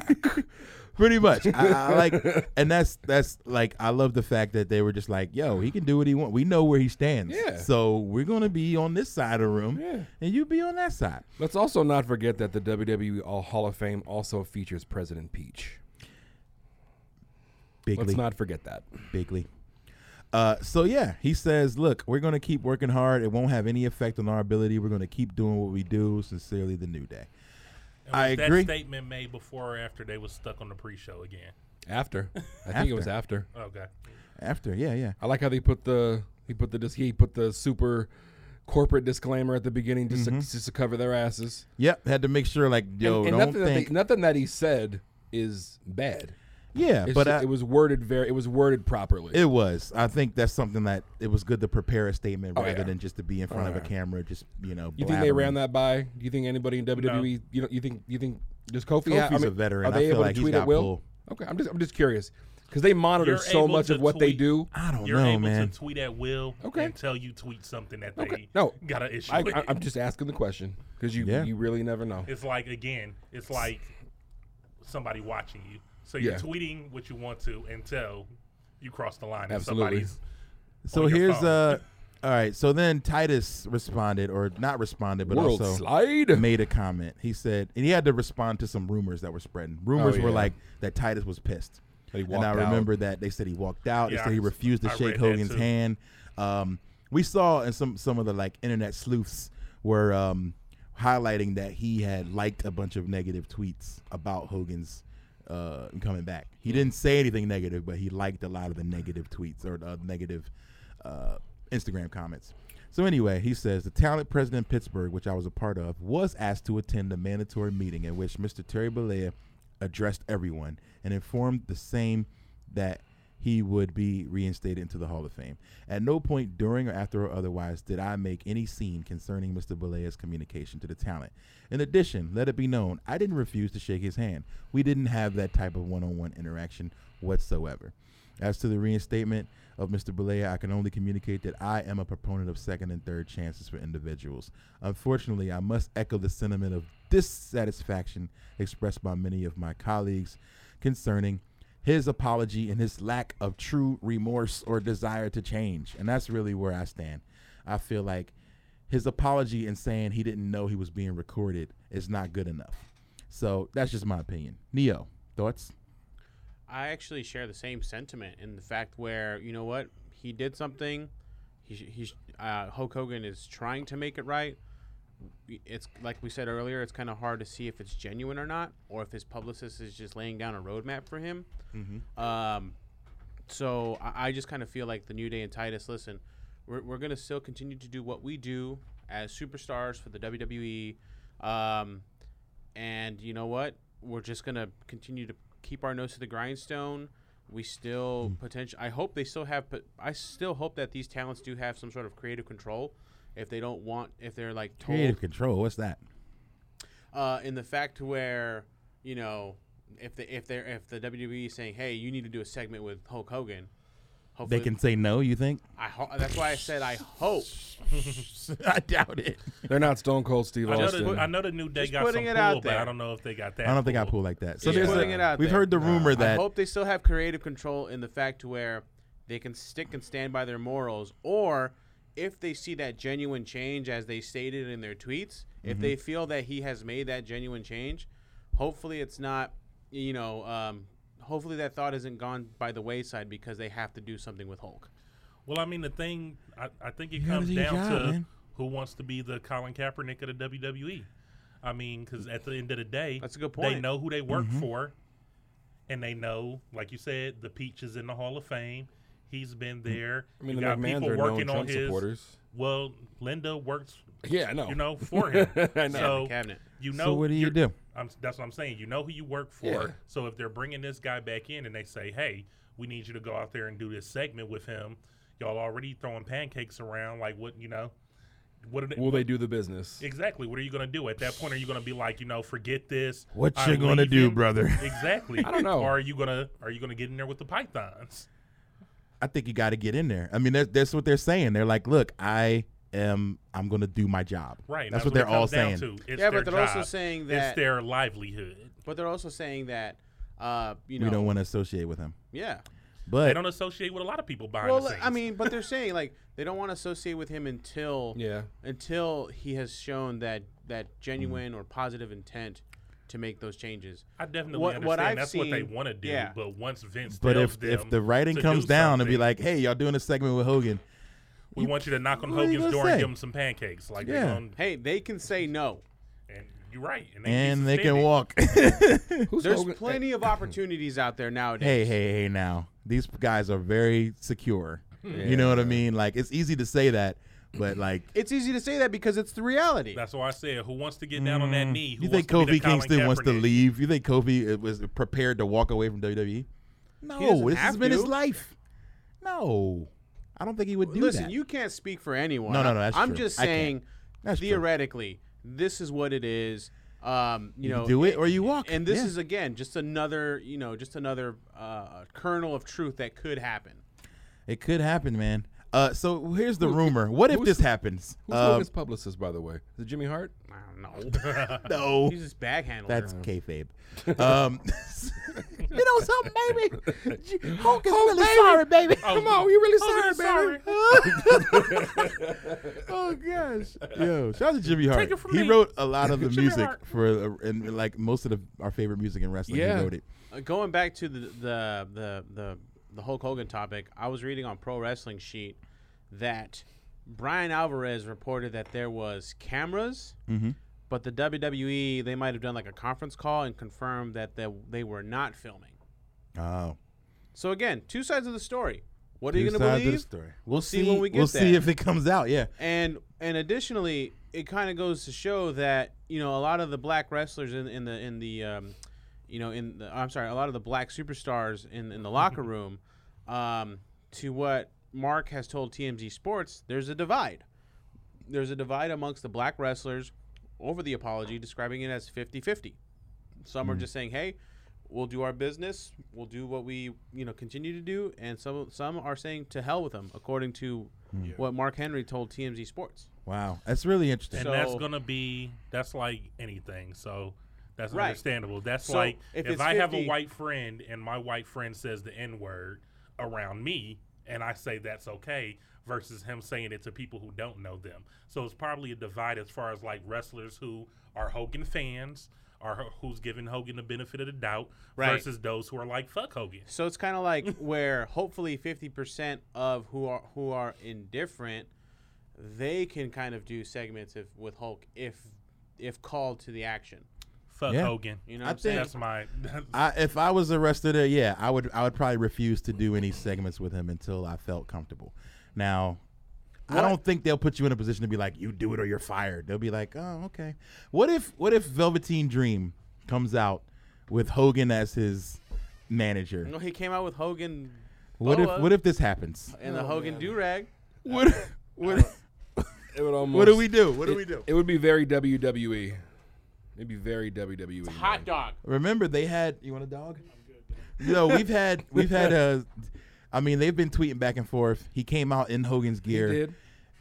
C: Pretty much. I, I like and that's that's like I love the fact that they were just like, yo, he can do what he wants. We know where he stands.
D: Yeah.
C: So we're gonna be on this side of the room
D: Yeah.
C: and you be on that side.
D: Let's also not forget that the WWE All- Hall of Fame also features President Peach.
C: Bigly.
D: Let's not forget that.
C: Bigley. Uh, so yeah, he says, "Look, we're gonna keep working hard. It won't have any effect on our ability. We're gonna keep doing what we do. Sincerely, the New Day."
E: And
C: I
E: was
C: agree.
E: That statement made before or after they was stuck on the pre-show again.
D: After, I think it was after.
E: Okay.
C: After, yeah, yeah,
D: I like how they put the he put the dis- he put the super corporate disclaimer at the beginning just to, just to cover their asses.
C: yep. Had to make sure, like, Mm-hmm. yo,
D: and, and
C: don't
D: nothing, that
C: think,
D: they, nothing that he said is bad.
C: yeah.
D: It's
C: But
D: ju-
C: I,
D: it was worded very. It was worded properly.
C: it was. I think that's something that it was good to prepare a statement rather
D: Oh, yeah.
C: than just to be in front of a camera, just you know.
D: you think they ran
C: blabbering.
D: that by? Do you think anybody in WWE? You know, you think you think does Kofi? ha- I
C: Kofi's a
D: mean,
C: veteran.
D: Are
C: I
D: they
C: feel
D: able
C: like
D: to
C: he's
D: tweet at
C: got
D: will?
C: pull.
D: Okay, I'm just I'm just curious because they monitor
E: You're
D: so
E: able
D: much
E: to
D: of what they
E: tweet.
D: do.
C: I don't
E: You're
C: know,
E: able
C: man.
E: to tweet at will
D: Okay.
E: until you tweet something that they
D: Okay, no,
E: got an issue
D: I,
E: with.
D: I, I'm just asking the question because you
C: Yeah.
D: you really never know.
E: It's like again, it's like somebody watching you. So
D: Yeah.
E: you're tweeting what you want to until you cross the line. and
D: Absolutely.
E: somebody's
C: so
E: on your
C: here's
E: phone.
C: uh, all right. So then Titus responded, or not responded, but
D: World
C: also
D: slide.
C: made a comment. He said, and he had to respond to some rumors that were spreading. Rumors were
D: yeah.
C: like that Titus was pissed,
D: That he
C: and I
D: walked out.
C: remember that they said he walked out.
E: Yeah,
C: they said he
E: I-
C: refused to
E: I
C: shake
E: read that
C: Hogan's
E: too.
C: hand. Um, we saw in some some of the like internet sleuths were um, highlighting that he had liked a bunch of negative tweets about Hogan's. Uh, coming back, he didn't say anything negative, but he liked a lot of the negative tweets or the negative uh, Instagram comments. So anyway, he says the talent president in Pittsburgh, which I was a part of, was asked to attend a mandatory meeting in which Mr. Terry Bollea addressed everyone and informed the same that he would be reinstated into the Hall of Fame. At no point during or after or otherwise did I make any scene concerning Mr. Bollea's communication to the talent. In addition, let it be known, I didn't refuse to shake his hand. We didn't have that type of one-on-one interaction whatsoever. As to the reinstatement of Mr. Balea, I can only communicate that I am a proponent of second and third chances for individuals. Unfortunately, I must echo the sentiment of dissatisfaction expressed by many of my colleagues concerning his apology and his lack of true remorse or desire to change. And that's really where I stand. I feel like his apology and saying he didn't know he was being recorded is not good enough. So that's just my opinion. Neo, thoughts?
B: I actually share the same sentiment in the fact where you know what he did something. He sh- he sh- uh, Hulk Hogan is trying to make it right. It's like we said earlier. It's kind of hard to see if it's genuine or not, or if his publicist is just laying down a roadmap for him. Um, so I, I just kind of feel like the New Day and Titus. Listen, we're, we're gonna still continue to do what we do as superstars for the WWE, um, and you know what? We're just gonna continue to keep our nose to the grindstone. We still potential. I hope they still have, but I still hope that these talents do have some sort of creative control. If they don't want, if they're like told,
C: Creative control. What's that?
B: uh, in the fact where you know if the if they're if the WWE is saying, hey, you need to do a segment with Hulk Hogan, hopefully
C: They can say no. You think?
B: I ho- that's why I said I hope.
C: I doubt it.
D: They're not Stone Cold Steve
E: I know, the,
D: Austin.
E: I know the new day
B: Just
E: got some
B: putting it
E: pull,
B: out
E: but I
B: there.
E: don't know if they got that.
C: I don't think I
E: pull.
C: pull like that. So
B: Yeah.
C: there's
B: Putting
C: a,
B: it out
C: we've
B: there.
C: heard the rumor
B: I
C: that
B: hope they still have creative control in the fact to where they can stick and stand by their morals, or if they see that genuine change as they stated in their tweets, if they
C: Mm-hmm.
B: feel that he has made that genuine change, hopefully it's not, you know, um, hopefully that thought isn't gone by the wayside because they have to do something with Hulk.
E: Well, I mean, the thing I, I think it
C: gotta
E: comes
C: do your
E: down
C: job,
E: to
C: man.
E: who wants to be the Colin Kaepernick of the WWE. I mean, because at the end of the day,
B: That's a good
E: They
B: point.
E: know who they work
C: Mm-hmm.
E: for, and they know, like you said, the Peach is in the Hall of Fame. He's
C: Mm.
E: been there.
D: I mean,
E: you
D: the
E: got
D: McMahons
E: people
D: are known
E: working on
D: Trump
E: his.
D: supporters.
E: Well, Linda works,
D: Yeah, I know.
E: you know, for him.
D: Oh. I know.
E: So
B: Cabinet.
E: you know,
C: So what do you
E: you're-
C: do?
E: I'm, that's what I'm saying. You know who you work for.
D: Yeah.
E: So if they're bringing this guy back in and they say, "Hey, we need you to go out there and do this segment with him," y'all already throwing pancakes around. Like what you know? What are they,
D: Will they do the business?
E: exactly? What are you gonna do at that point? Are you gonna be like, you know, forget this?
C: What
E: I
C: you gonna
E: leave
C: do,
E: him?"
C: brother?
E: Exactly. I
D: don't know.
E: Or are you gonna Are you gonna get in there with the pythons?
C: I think you got to get in there. I mean, that's, that's what they're saying. They're like, look, I am, I'm going to do my job.
E: Right.
C: That's, what they're
E: it
C: all
E: comes down
C: saying.
E: To. It's
B: Yeah,
E: their
B: but they're also
E: job.
B: saying
E: it's
B: that-
E: their livelihood.
B: But they're also saying that, uh, you know,
C: We don't want to associate with him.
B: yeah.
E: They
C: But
E: don't associate with a lot of people behind the
B: Well,
E: scenes.
B: I mean, but they're saying like they don't want to associate with him until
D: Yeah.
B: until he has shown that that
C: Mm-hmm.
B: genuine or positive intent to make those changes.
E: I definitely
B: What-
E: understand
B: what I've
E: that's what they
B: seen-
E: want to do.
B: yeah.
E: But once Vince,
C: but
E: tells
C: if
E: them
C: if the writing
E: to
C: comes
E: do
C: down and be
E: something,
C: like, hey, y'all doing a segment with Hogan,
E: we want you to knock on
C: what are you
E: Hogan's
C: gonna
E: door and
C: say?
E: give him some pancakes, like
C: Yeah.
E: yeah. going
B: Hey, they can say no.
E: and you're right, and they,
C: and they can
E: walk.
C: walk.
D: Who's
B: There's
D: Hogan-
B: plenty of opportunities out there
C: hey,
B: nowadays.
C: hey, hey, now. These guys are very secure. You know what I mean? Like, it's easy to say that, but like,
B: It's easy to say that because it's the reality.
E: That's why I said, who wants to get down on that knee? Who
C: Mm. you think
E: wants to
C: Kofi
E: be the Colin
C: Kingston wants to
E: Kaepernick?
C: leave? You think Kofi uh, was prepared to walk away from WWE? No,
B: doesn't
C: this has
B: have
C: been his
B: to.
C: life. No, I don't think he would do
B: Listen,
C: that.
B: you can't speak for anyone.
C: No, no, no, that's
B: I'm
C: true.
B: just
C: I can't.
B: saying,
C: That's true.
B: theoretically, this is what it is. Um, you,
C: You
B: know,
C: do it or you walk.
B: And this
C: Yeah.
B: is again just another, you know, just another uh, kernel of truth that could happen.
C: It could happen, man. Uh, so here's the rumor. What if
D: who's-
C: this happens?
D: Who's
C: Um,
D: Hogan's publicist, by the way? Is it Jimmy Hart?
B: I don't know.
C: no,
B: He's just bag handler.
C: that's kayfabe. um, you know something, baby? J- Hogan's really sorry, baby. Come on, you really sorry, baby. oh gosh, yo! Shout out to Jimmy Hart.
E: it from
C: he
E: me.
C: wrote a lot of the
E: Jimmy
C: music
E: Hart.
C: for, uh, and like most of the, our favorite music in wrestling.
D: Yeah.
C: He wrote it.
B: Uh, going back to the the the the, the Hulk Hogan topic, I was reading on Pro Wrestling Sheet that Brian Alvarez reported that there was cameras,
C: Mm-hmm.
B: but the WWE they might have done like a conference call and confirmed that they, they were not filming.
C: Oh,
B: So again, two sides of the story. What are
C: two
B: you going to
C: sides of the
B: believe?
C: story.
B: We'll see when we get
C: We'll see
B: there.
C: if it comes out. Yeah.
B: And and additionally, it kind of goes to show that you know a lot of the black wrestlers in, in the in the um, you know in the I'm sorry, a lot of the black superstars in in the locker room, um, to what Mark has told TMZ Sports, there's a divide. There's a divide amongst the black wrestlers over the apology, describing it as 50-50. Some are just saying, "Hey, we'll do our business, we'll do what we you know continue to do," and some some are saying to hell with them, according to what Mark Henry told TMZ Sports.
C: Wow, that's really interesting.
E: And that's
B: So-
E: gonna be that's like anything. So that's
B: Right.
E: understandable. That's
B: So
E: like
B: if
E: if,
B: it's
E: I have a
B: 50
E: white friend and my white friend says the N word around me, and I say that's okay, versus him saying it to people who don't know them. So it's probably a divide as far as like wrestlers who are Hogan fans. Are ho- who's giving Hogan the benefit of the doubt
B: Right.
E: versus those who are like fuck Hogan?
B: So it's kind of like where hopefully 50% of who are who are indifferent, they can kind of do segments if, with Hulk if if called to the action.
E: Fuck
C: Yeah.
E: Hogan.
B: You know
C: I
B: what I am saying?
E: that's my.
C: I, if I was arrested, uh, yeah, I would. I would probably refuse to do any segments with him until I felt comfortable. Now, I don't think they'll put you in a position to be like, "You do it or you're fired." They'll be like, "Oh, okay." What if What if Velveteen Dream comes out with Hogan as his manager?
B: You know, he came out with Hogan
C: What if
B: Boa
C: What if this happens?
B: and the Hogan do rag.
C: What What
D: It would almost,
C: What do we do? What do we do?
D: It would be very WWE. E. It'd be very E. WWE.
B: Hot dog.
C: Remember, they had. You want a dog? No, we've had we've had uh I mean, they've been tweeting back and forth. He came out in Hogan's gear.
D: did.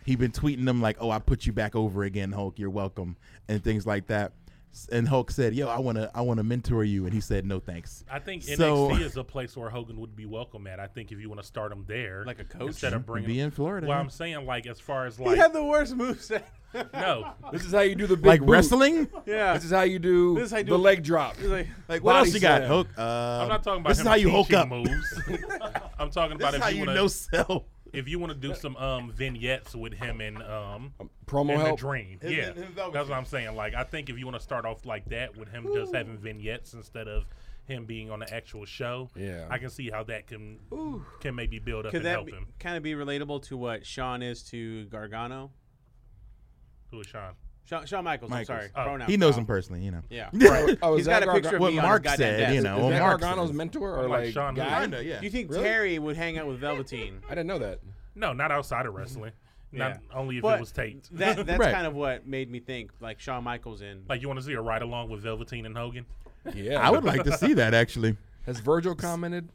C: He been tweeting them like, "Oh, I put you back over again, Hulk. You're welcome," and things like that. S- And Hulk said, "Yo, I wanna I wanna mentor you," and he said, "No, thanks."
E: I think
C: So-
E: NXT is a place where Hogan would be welcome at. I think if you want to start him there,
B: Like a coach?
E: instead of bringing
C: Be
E: him-
C: in Florida,
E: Well,
C: yeah.
E: I'm saying like as far as
B: He
E: like
B: had the worst moveset.
E: no,
D: This is how you do the big
C: like
D: boot.
C: wrestling.
B: yeah.
D: This is how you do
B: This is how you
D: the
B: do-
D: leg drop.
B: He's like,
C: Like what else
D: Body
C: you got,
D: slam.
C: Hulk? Um,
E: I'm not talking uh, about.
C: this is
E: him
C: how you Hulk
E: teaching
C: up.
E: moves. I'm talking about
C: This is
E: if
C: how
E: you
C: you
E: want
C: no sell.
E: if you want to do some um vignettes with him and um
D: Promo
E: and the
D: help.
E: dream.
C: Him-
E: yeah,
C: him- him Velvet
E: that's what I'm saying. Like I think if you want to start off like that with him just having vignettes instead of him being on the actual show,
D: Yeah.
E: I can see how that can can maybe build up
B: could
E: and
B: that
E: help him.
B: kind of be relatable to what Sean is to Gargano?
E: Who is Sean?
B: Sean, Shawn Michaels,
C: Michaels.
B: I'm sorry.
E: Oh.
B: Pronoun.
C: He knows
B: Oh,
C: him personally, you know.
B: Yeah.
D: Oh, is
B: He's got
D: that
B: a
D: Garga-
B: picture of
C: What
B: me on his
C: Mark
B: goddamn
C: said,
B: desk.
C: you know.
D: Is
C: Well,
D: that
C: Mark
D: Gargano's
C: says-
D: mentor or
E: Like
D: like,
E: Sean Lee.
D: guy?
C: Kinda, yeah.
B: Do you think
D: Really?
B: Terry would hang out with Velveteen?
D: I didn't know that.
E: No, not outside of wrestling. Not only if
B: But
E: it was taped.
B: That, that's
C: Right.
B: kind of what made me think, like Shawn Michaels in.
E: like you want to see a ride along with Velveteen and Hogan?
D: Yeah.
C: I would like to see that actually.
D: Has Virgil commented?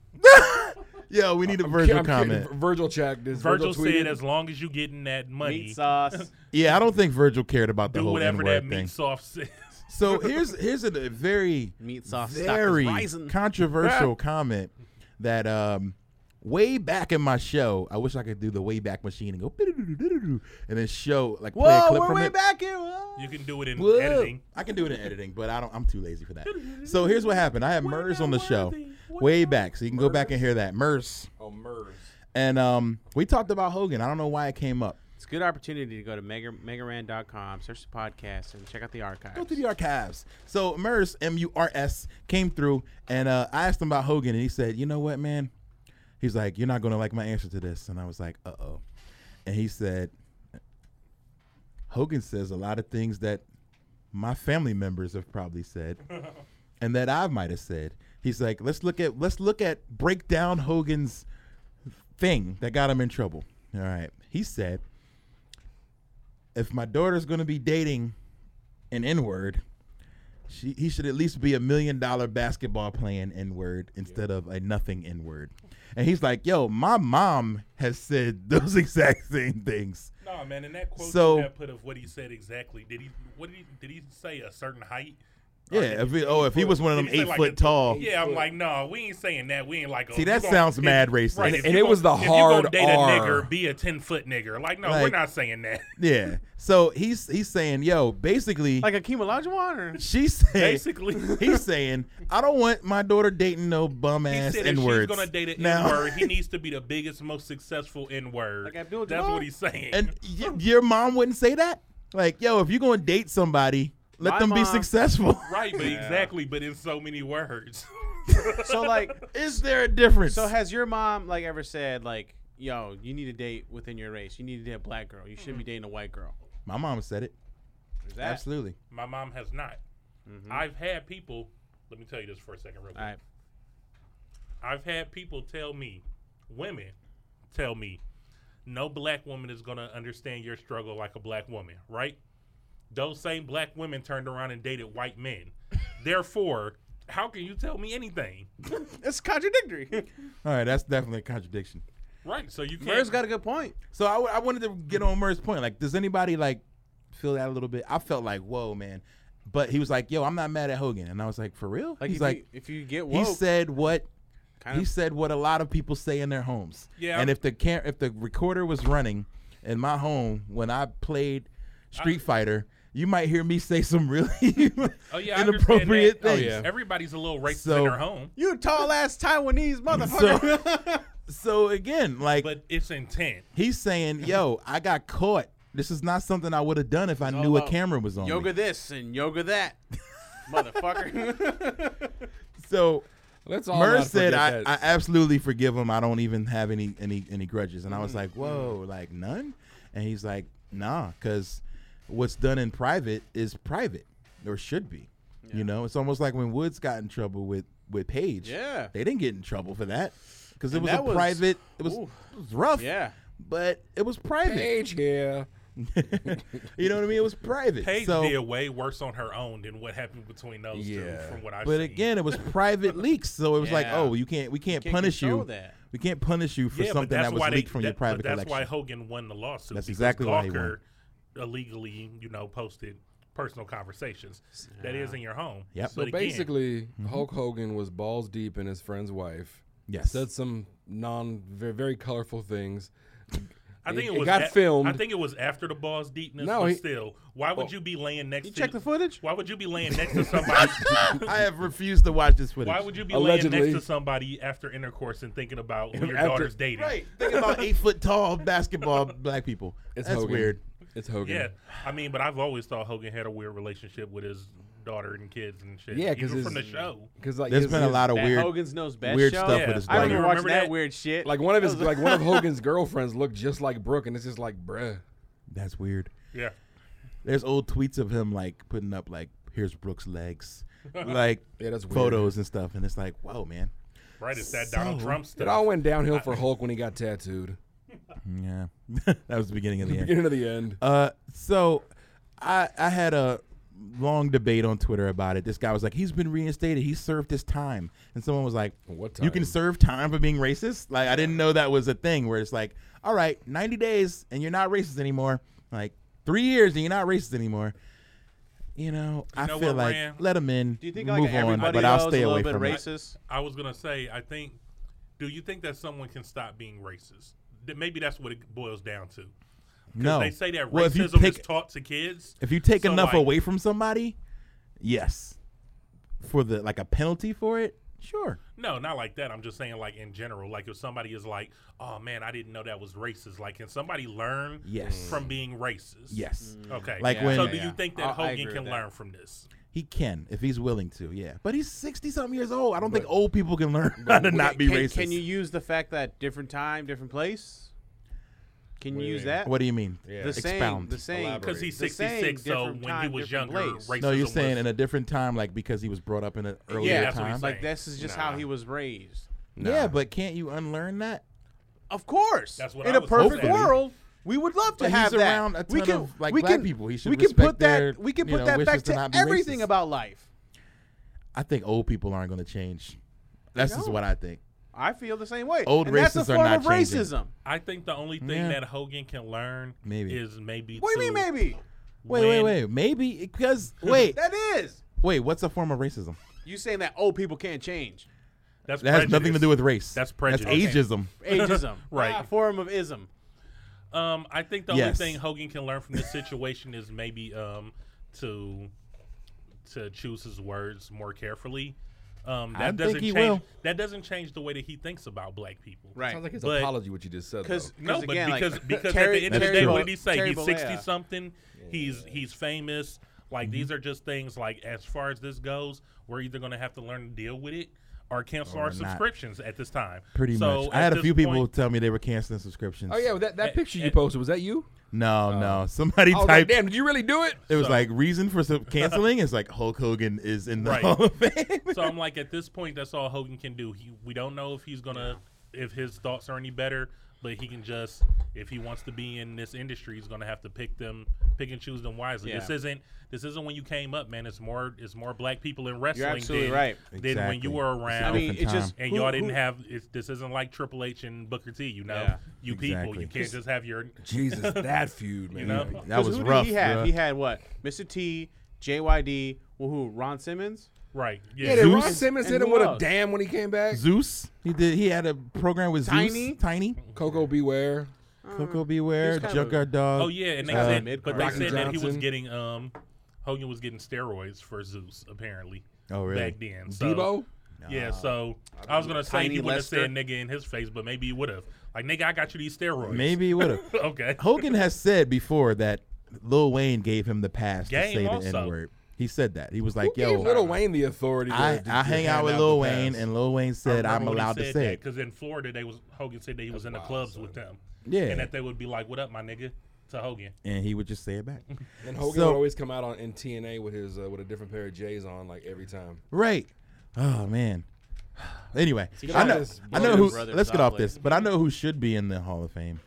C: Yo, we need a
D: Yeah,
C: Virgil
D: I'm kidding.
C: comment.
D: Vir- Virgil checked. Does
E: Virgil,
D: Virgil, tweeted?
E: said, as long as you getting that money,
B: meat sauce.
C: Yeah, I don't think Virgil cared about the
E: do
C: whole
E: whatever
C: N-word
E: that
C: thing.
E: meat sauce says.
C: So here's here's a very
B: Meat sauce stock is
C: very
B: rising.
C: controversial comment that um way back in my show, I wish I could do the way back machine and go "Bididididididoo," and then show like play a clip from it.
B: back here. whoa.
E: You can do it in
C: Whoa.
E: editing.
C: I can do it in editing, but I don't. I'm too lazy for that. So here's what happened. I had Murs on the show way back, so you can go back and hear that Murs.
D: Oh, MERS.
C: And um, we talked about Hogan. I don't know why it came up.
B: It's a good opportunity to go to mega, megaran.com, search the podcast, and check out the archives.
C: Go to the archives. So Murs, M U R S, came through, and uh, I asked him about Hogan, and he said, "You know what, man? He's like, you're not gonna like my answer to this." And I was like, "Uh oh," and he said, "Hogan says a lot of things that my family members have probably said, and that I might have said." He's like, "Let's look at let's look at break down Hogan's thing that got him in trouble." All right, he said. If my daughter's gonna be dating an N word, she he should at least be a million dollar basketball playing N word instead of a nothing N word. And he's like, "Yo, my mom has said those exact same things."
E: No, man, in that quote
C: So-
E: you have put of what he said exactly, did he? What did he? Did he say a certain height? Or did
C: Yeah, if he, oh, if he was one of
E: did
C: them
E: he say
C: eight
E: like
C: foot
E: a-
C: tall,
E: Yeah, I'm like, no, we ain't saying that. We ain't like. Oh,
C: See,
E: you
C: that
E: gon-
C: sounds
E: if-
C: mad racist.
E: Right,
C: And-
E: if
D: and
E: you
D: it
E: gon-
D: was the hard
E: If you gonna date
D: R.
E: a nigger, be a ten foot nigger. Like, no,
C: Like-
E: we're not saying that.
C: yeah. So he's he's saying, "Yo, basically,
B: like a Kimalajuan or
C: she's saying,
E: Basically,
C: he's saying, I don't want my daughter dating no bum
E: He
C: ass
E: said if
C: N words."
E: she's gonna date an
C: Now-
E: N-word, he needs to be the biggest, most successful N-word.
B: Like Abdul
E: That's
B: Jabbar?
E: what he's saying.
C: And y- your mom wouldn't say that? Like, yo, if you're going to date somebody, let
B: My
C: them be
B: mom-
C: successful.
E: right, but exactly, but in so many words.
B: so like
C: Is there a difference?
B: so has your mom like ever said like yo you need to date within your race you need to date a black girl you shouldn't be dating a white girl
C: My mom said it.
B: Is that
C: Absolutely.
E: My mom has not. I've had people. Let me tell you this for a second, real quick.
B: Mm-hmm. all right
E: I've had people tell me, women tell me, no black woman is going to understand your struggle like a black woman, right? Those same black women turned around and dated white men. Therefore, how can you tell me anything?
B: it's contradictory
C: All right, that's definitely a contradiction.
E: Right, so you
B: Murr's
E: can't.
B: got a good point
C: So I, w- I wanted to get on Murray's point. Like, does anybody like feel that a little bit? I felt like, whoa, man. But he was like, yo, I'm not mad at Hogan. And I was like, for real?
B: like
C: He's
B: if
C: like,
B: you, if you get
C: he
B: woke
C: said what
B: kind
C: he
B: of
C: said what a lot of people say in their homes.
E: Yeah.
C: And if the cam- if the recorder was running in my home when I played Street Fighter, you might hear me say some really
E: Uh, oh, yeah, I understand
C: inappropriate
E: that. Oh,
C: things.
E: Everybody's a little racist
C: So-
E: in their home,
B: you tall ass Taiwanese motherfucker
C: So again, like
E: but it's intent.
C: he's saying, "Yo, I got caught. This is not something I would have done if I knew a
B: about
C: camera was on."
B: yoga
C: Me.
B: this and yoga that motherfucker
C: So
D: Let's all
C: Murr
D: not
C: said,
D: forget
C: I,
D: that.
C: "I absolutely forgive him. I don't even have any any any grudges." And I
B: Mm-hmm.
C: was like, "Whoa, like none?" And he's like, "Nah, because what's done in private is private, or should be. You know, it's almost like when Woods got in trouble with with Paige.
B: Yeah.
C: they didn't get in trouble for that because it
B: And
C: was a
B: that was-
C: private. It was,
B: ooh.
C: it was rough.
B: yeah
C: but it was private.
D: Paige here,
C: you know what I mean? It was private.
E: Paige
C: so,
E: did way worse on her own than what happened between those
D: Yeah.
E: two, from what I've
C: but
E: seen.
C: again, it was private leaks, so it was like,
B: Yeah.
C: oh, you can't, we can't,
B: can't
C: punish you.
B: control that.
C: We can't punish you for
E: yeah,
C: something
E: but that's
C: that was
E: why
C: leaked
E: they,
C: from
E: that,
C: your private
E: but That's
C: collection.
E: why Hogan won the lawsuit.
C: That's
E: because
C: exactly why he won.
E: Gawker illegally, you know, posted personal conversations that is in your home.
C: Yep.
E: But
C: So
E: again,
D: Basically,
C: Mm-hmm.
D: Hulk Hogan was balls deep in his friend's wife.
C: Yes.
D: Said some non very, very colorful things.
E: I think
D: it-
E: it,
D: it
E: was
D: got
E: a-
D: filmed.
E: I think it was after the ball's deepness.
D: No,
E: but
D: he- Oh.
E: still, why would you be laying next?
B: You
E: to
B: check the footage?
E: Why would you be laying next to somebody?
C: I have refused to watch this footage.
E: why would you be laying
D: Allegedly.
E: next to somebody after intercourse and thinking about who your
D: After-
E: daughter's dating?
C: Right. Think about eight foot tall basketball black people.
D: It's
C: That's
D: Hogan.
C: weird.
D: It's Hogan.
E: Yeah, I mean, but I've always thought Hogan had a weird relationship with his daughter and kids and shit.
D: Yeah, 'cause
E: even from the
D: his-
E: show.
D: Because like
C: There's
D: his-
C: been a
D: his-
C: lot of
B: That
C: weird
B: Hogan's knows best
C: weird
B: show?
C: stuff
E: Yeah.
C: with his
B: I
C: daughter.
E: Like,
B: remember,
E: you
B: watching
E: remember
B: that,
E: that?
B: weird shit.
D: like one of his like one of Hogan's girlfriends looked just like Brooke, and it's just like, bruh.
C: That's weird.
E: Yeah,
C: There's old tweets of him like putting up like here's Brooks' legs, like
D: Yeah, that's weird.
C: photos and stuff, and it's like, whoa, man.
E: right. It's that Donald
C: So-
E: Trump stuff.
D: It all went downhill for Hulk when he got tattooed.
C: Yeah, that was the beginning of the end.
D: Beginning of the end.
C: Uh, so I I had a long debate on Twitter about it. This guy was like, he's been reinstated. He served his time. And someone was like,
D: What
C: You can
D: time?
C: serve time for being racist? Like I didn't know that was a thing where it's like, all right, 90 days and you're not racist anymore. Like 3 years and you're not racist anymore. You know, I
E: know
C: feel
E: what,
C: like
E: Ran?
C: let him in.
B: Do you think
C: move
B: like
C: on,
B: everybody
C: but
B: knows
C: I'll stay
B: a little
C: away
B: bit
C: from it.
B: racist?
E: I was gonna say, I think. Do you think that someone can stop being racist? That maybe that's what it boils down to. 'Cause
C: No.
E: they say that
C: Well, if you
E: racism
C: pick-
E: is taught to kids.
C: If you take
E: So,
C: enough
E: like,
C: away from somebody, yes. For the like a penalty for it? Sure.
E: no, not like that. I'm just saying, like in general, like if somebody is like, "Oh man, I didn't know that was racist," like can somebody learn
C: Yes.
E: from being racist?
C: Yes.
E: Okay.
C: Mm-hmm. Like
E: so
C: when-
E: so
C: Yeah,
E: do
C: yeah.
E: you think
B: I-
E: that
B: I agree
E: Hogan
B: with
E: can
B: that.
E: learn from this?
C: He can if he's willing to, yeah. But he's sixty something years old. I don't think old people can learn how to not be
B: can,
C: racist.
B: Can you use the fact that different time, different place? Can you use that?
C: what do you mean?
B: the saying,
C: Expound.
B: the saying,
E: Because he's
B: the saying,
E: 66, so
B: different
E: when
B: time,
E: he was
B: different
E: younger,
B: place.
E: racism
C: no, you're
E: was-
C: saying in a different time, like because he was brought up in an earlier
B: yeah,
E: that's what
C: time.
E: he's
B: like
E: saying.
B: this is just how he was raised.
C: Yeah, but can't you unlearn that?
B: Of course.
E: That's what
B: In
E: I
B: a
E: was
B: perfect
E: saying.
B: world, we would love to
C: But he's
B: have that.
C: around a
B: we
C: ton
B: can,
C: of, like,
B: we
C: black
B: can,
C: people. He should
B: we can
C: respect
B: put that.
C: their,
B: we can
C: you
B: put
C: know,
B: that
C: wishes
B: back
C: to
B: to
C: not be
B: everything
C: racist.
B: about life.
C: I think old people aren't going to change. That's just
B: don't.
C: what I think.
B: I feel the same way.
C: Old
B: and that's a
C: racists are
B: form
C: not
B: of
C: changing.
B: racism.
E: I think the only thing
C: Yeah.
E: that Hogan can learn
C: Maybe.
E: is maybe.
B: What do you mean,
E: to
B: maybe?
C: Wait,
E: when-
C: wait, wait. Maybe because wait,
B: That is.
C: wait. What's a form of racism?
B: You saying that old people can't change?
E: That's
C: That has nothing to
E: prejudice.
C: do with race.
E: That's
C: That's
E: prejudice.
C: ageism.
B: Ageism,
E: Right.
B: A form of ism.
E: Um, I think the
C: Yes.
E: only thing Hogan can learn from this situation is maybe um to to choose his words more carefully. Um, that
C: I think
E: doesn't
C: he
E: change.
C: will.
E: That doesn't change the way that he thinks about black people.
B: Right.
D: Sounds like it's
E: But-
D: apology what you just said.
B: Because
D: though.
E: No, but
B: again,
E: because
B: like,
E: because
B: Terry-
E: at the end of the
C: That's
E: day,
C: true.
E: what did he say?
B: Terry
E: he's sixty
B: Bollea.
E: something. He's he's famous. Like these
C: Mm-hmm.
E: are just things. Like as far as this goes, we're either going to have to learn to deal with it or cancel our
C: not.
E: subscriptions at this time.
C: Pretty
E: So,
C: much. I
E: at
C: had a
E: this
C: few people
E: point-
C: tell me they were canceling subscriptions.
D: Oh yeah, well, that, that
E: Eh,
D: picture you
E: eh.
D: posted was that you?
C: No,
E: Oh.
C: no. Somebody
D: I was
C: typed.
D: like, damn, did you really do it?
C: It was like reason for some canceling is like Hulk Hogan is in the
E: Right.
C: Hall of Fame.
E: so I'm like, at this point, that's all Hogan can do. He, we don't know if he's gonna, if his thoughts are any better, but he can just, if he wants to be in this industry, he's gonna have to pick them, pick and choose them wisely. This
B: Yeah.
E: isn't, this isn't when you came up, man. It's more, it's more black people in wrestling.
B: absolutely
E: than,
B: right.
E: Than when
C: Exactly.
E: you were
C: I
B: I
E: around.
C: mean,
B: mean,
C: different
B: it's
C: time.
B: just
E: and
B: who-
E: y'all didn't
B: who-
E: have it's, this isn't like Triple H and Booker T, you know.
B: Yeah.
E: You people,
C: Exactly.
E: you can't just have your
D: Jesus, that feud, man.
E: know?
C: That
B: 'Cause
C: was
B: who
C: rough.
B: Did he had
C: bruh.
B: he had what? Mr. T, JYD, well, who? Ron Simmons.
E: right.
D: Yeah,
E: Yeah,
D: did
C: Zeus
D: Ron Simmons
B: and
D: hit him
B: who
D: with a
B: else?
D: damn when he came back?
C: Zeus. He did. He had a program with
B: Tiny?
C: Zeus. Tiny.
D: Coco Beware.
C: Coco Beware.
B: he's kind of a-
C: Junkyard Dog.
E: Oh yeah, and they
C: Uh,
E: said,
B: mid-card.
E: but they
B: Rocky
E: said that he was
D: Johnson.
E: getting um, Hogan was getting steroids for Zeus apparently.
C: Oh, really?
E: Back then, so,
D: Debo.
E: Yeah, so I was gonna say
B: Tiny
E: he would have
B: Lester.
E: said nigga in his face, but maybe he would have. Like nigga, I got you these steroids.
C: Maybe he would have.
E: Okay.
C: Hogan has said before that Lil Wayne gave him the pass to
E: Game
C: say the
E: also.
C: N word. He said that. He was like,
D: Who
C: "Yo,
D: gave Little Wayne the authority? To,
C: I,
D: to- to
C: I hang out
D: hand
C: with
D: the
C: Lil
D: pass?
C: Wayne, and Lil Wayne said I'm allowed to say it."
E: because in Florida they was Hogan said that he was in the clubs with them.
C: Yeah.
E: and that they would be like, "What up, my nigga?" to Hogan.
C: and he would just say it back.
D: And Hogan
C: So-
D: would always come out on in TNA with his uh, with a different pair of J's on, like every time.
C: Right. Oh man. Anyway, I
D: on
C: know.
D: this
C: I know
B: Brothers
C: who.
B: Brothers
C: Let's get
B: I'll
C: off
B: play.
C: this, but I know who should be in the Hall of Fame.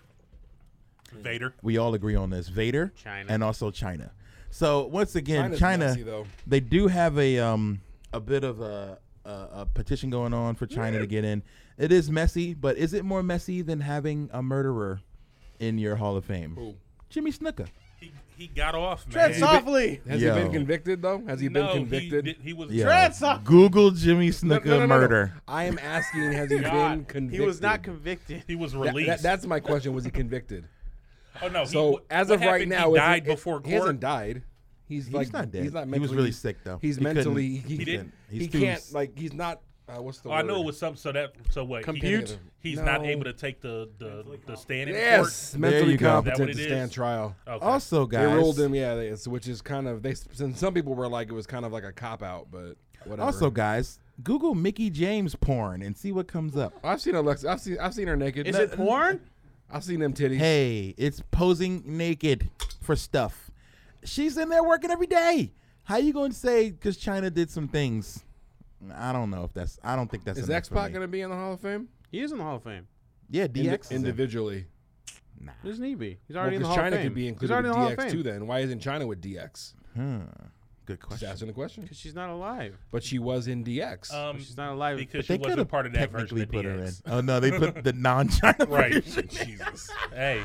E: Vader.
C: we all agree on this Vader
B: China.
C: and also China. So once again,
D: China's
C: China
D: messy, though.
C: they do have a um a bit of a a, a petition going on for China to get in. It is messy, but is it more messy than having a murderer in your Hall of Fame? Jimmy Snooker.
E: He, he got off, man.
F: Tread softly.
D: Has
C: Yo.
D: he been convicted though? Has he
E: No,
D: been convicted?
E: He, did- he was
C: Yo,
F: Dreads up.
C: Google Jimmy Snooker
D: No, no, no, no.
C: murder.
D: I am asking, has he been
B: God,
D: convicted?
F: He was not convicted.
E: He was
D: That-
E: released.
D: that- that's my question. Was he convicted?
E: oh no. he-
D: So
E: what
D: as of right
E: happened,
D: now, if
E: he died
D: if-
E: before court.
D: He hasn't died. He's, like
C: not dead.
D: He's not
C: He
D: mentally.
C: was really sick, though.
D: He's
C: He couldn't-
D: mentally.
C: he
D: He, didn't.
C: didn't. He's
D: he
C: too
D: can't.
C: s-
D: Like he's not. Uh, what's the
E: Oh,
D: word?
E: I know it was something. So that. So what? he-
B: Compute?
E: he's not
D: No.
E: able to take the the, the stand in
D: Yes,
E: court.
D: mentally
C: you go.
D: competent
E: Is that what
D: to
E: it
D: stand
E: is? Oh.
D: trial.
E: Okay.
C: Also,
D: They
C: guys,
D: ruled him. Yeah, they, it's- which is kind of they. Since some people were like it was kind of like a cop out, but whatever.
C: also guys, Google Mickey James porn and see what comes up.
D: I've seen Alexa. I've seen. I've seen her naked.
B: Is it porn?
D: I've seen them titties.
C: Hey, it's posing naked for stuff. She's in there working every day. How you going to say because China did some things? I don't know if that's. I don't think that's.
D: is
C: enough
D: X
C: for
D: Pac
C: me.
D: gonna be in the Hall of Fame?
B: He is in the Hall of Fame.
C: Yeah, DX.
D: Indi-
C: is in.
D: individually.
B: Doesn't he be? He's
D: Well,
B: already in the
D: because
B: Hall of
D: China
B: Fame.
D: could be
B: He's
D: included
B: already
D: with
B: in the Hall of Fame.
D: DX too. Then why isn't China with DX?
C: Hmm. Good
D: Just
C: question.
D: asking the question.
B: Because Uh, she's not alive.
D: But she was in DX.
E: um,
B: But she's not alive.
E: because
C: They
E: she
C: could
E: wasn't
C: have
E: part of that version
C: technically
E: of
C: put her in.
E: DX.
C: Oh no, they put the non-China.
E: Right. Jesus. Hey,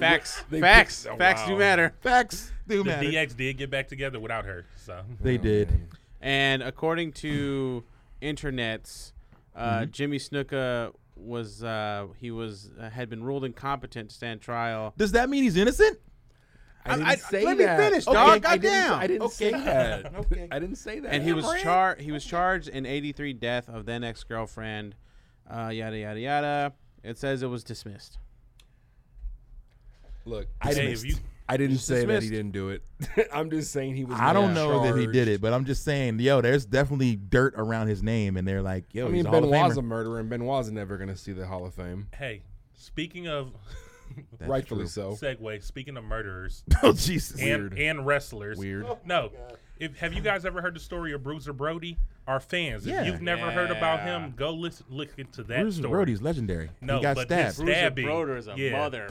B: Facts.
D: They
B: Facts.
E: picked- oh,
B: Facts do
E: wow.
B: matter.
C: Facts do
E: the
C: matter.
E: DX did get back together without her. So
C: They did.
B: And according to internets, uh,
D: Mm-hmm.
B: Jimmy Snuka was uh, he was uh, had been ruled incompetent to stand trial.
C: Does that mean he's innocent?
D: I didn't
B: I-
D: say
B: let me
D: that.
B: finish, dog.
D: I didn't,
B: Goddamn.
D: I didn't say that.
C: Okay.
D: I didn't say that.
B: And he was char- he was charged in '83 death of then ex girlfriend. Uh, yada yada yada. It says it was dismissed.
D: Look, I
E: Dave,
D: didn't.
E: you
D: I didn't say that
B: dismissed.
D: he didn't do it. I'm just saying he was.
C: I don't
D: not
C: know that he did
D: charged.
C: it, but I'm just saying, yo, there's definitely dirt around his name, and they're like, yo,
D: I mean,
C: he's a Hall of
D: Benoit's
C: Famer.
D: a murderer, and Benoit's never going to see the Hall of Fame.
E: hey, speaking of
C: That's
D: Rightfully
C: true.
D: so.
E: segue, speaking of murderers
C: Oh Jesus.
E: and and wrestlers.
D: Weird.
E: No. If, have you guys ever heard the story of Bruiser Brody? Our fans,
C: Yeah.
E: if you've never heard about
B: Yeah.
E: him, go listen, look into that
C: Bruce
E: story.
C: Brody's legendary.
E: No,
C: he got
E: but
C: stabbed.
E: this-
B: Bruiser
E: Stabbing.
B: Broder is a
E: Yeah.
B: mother.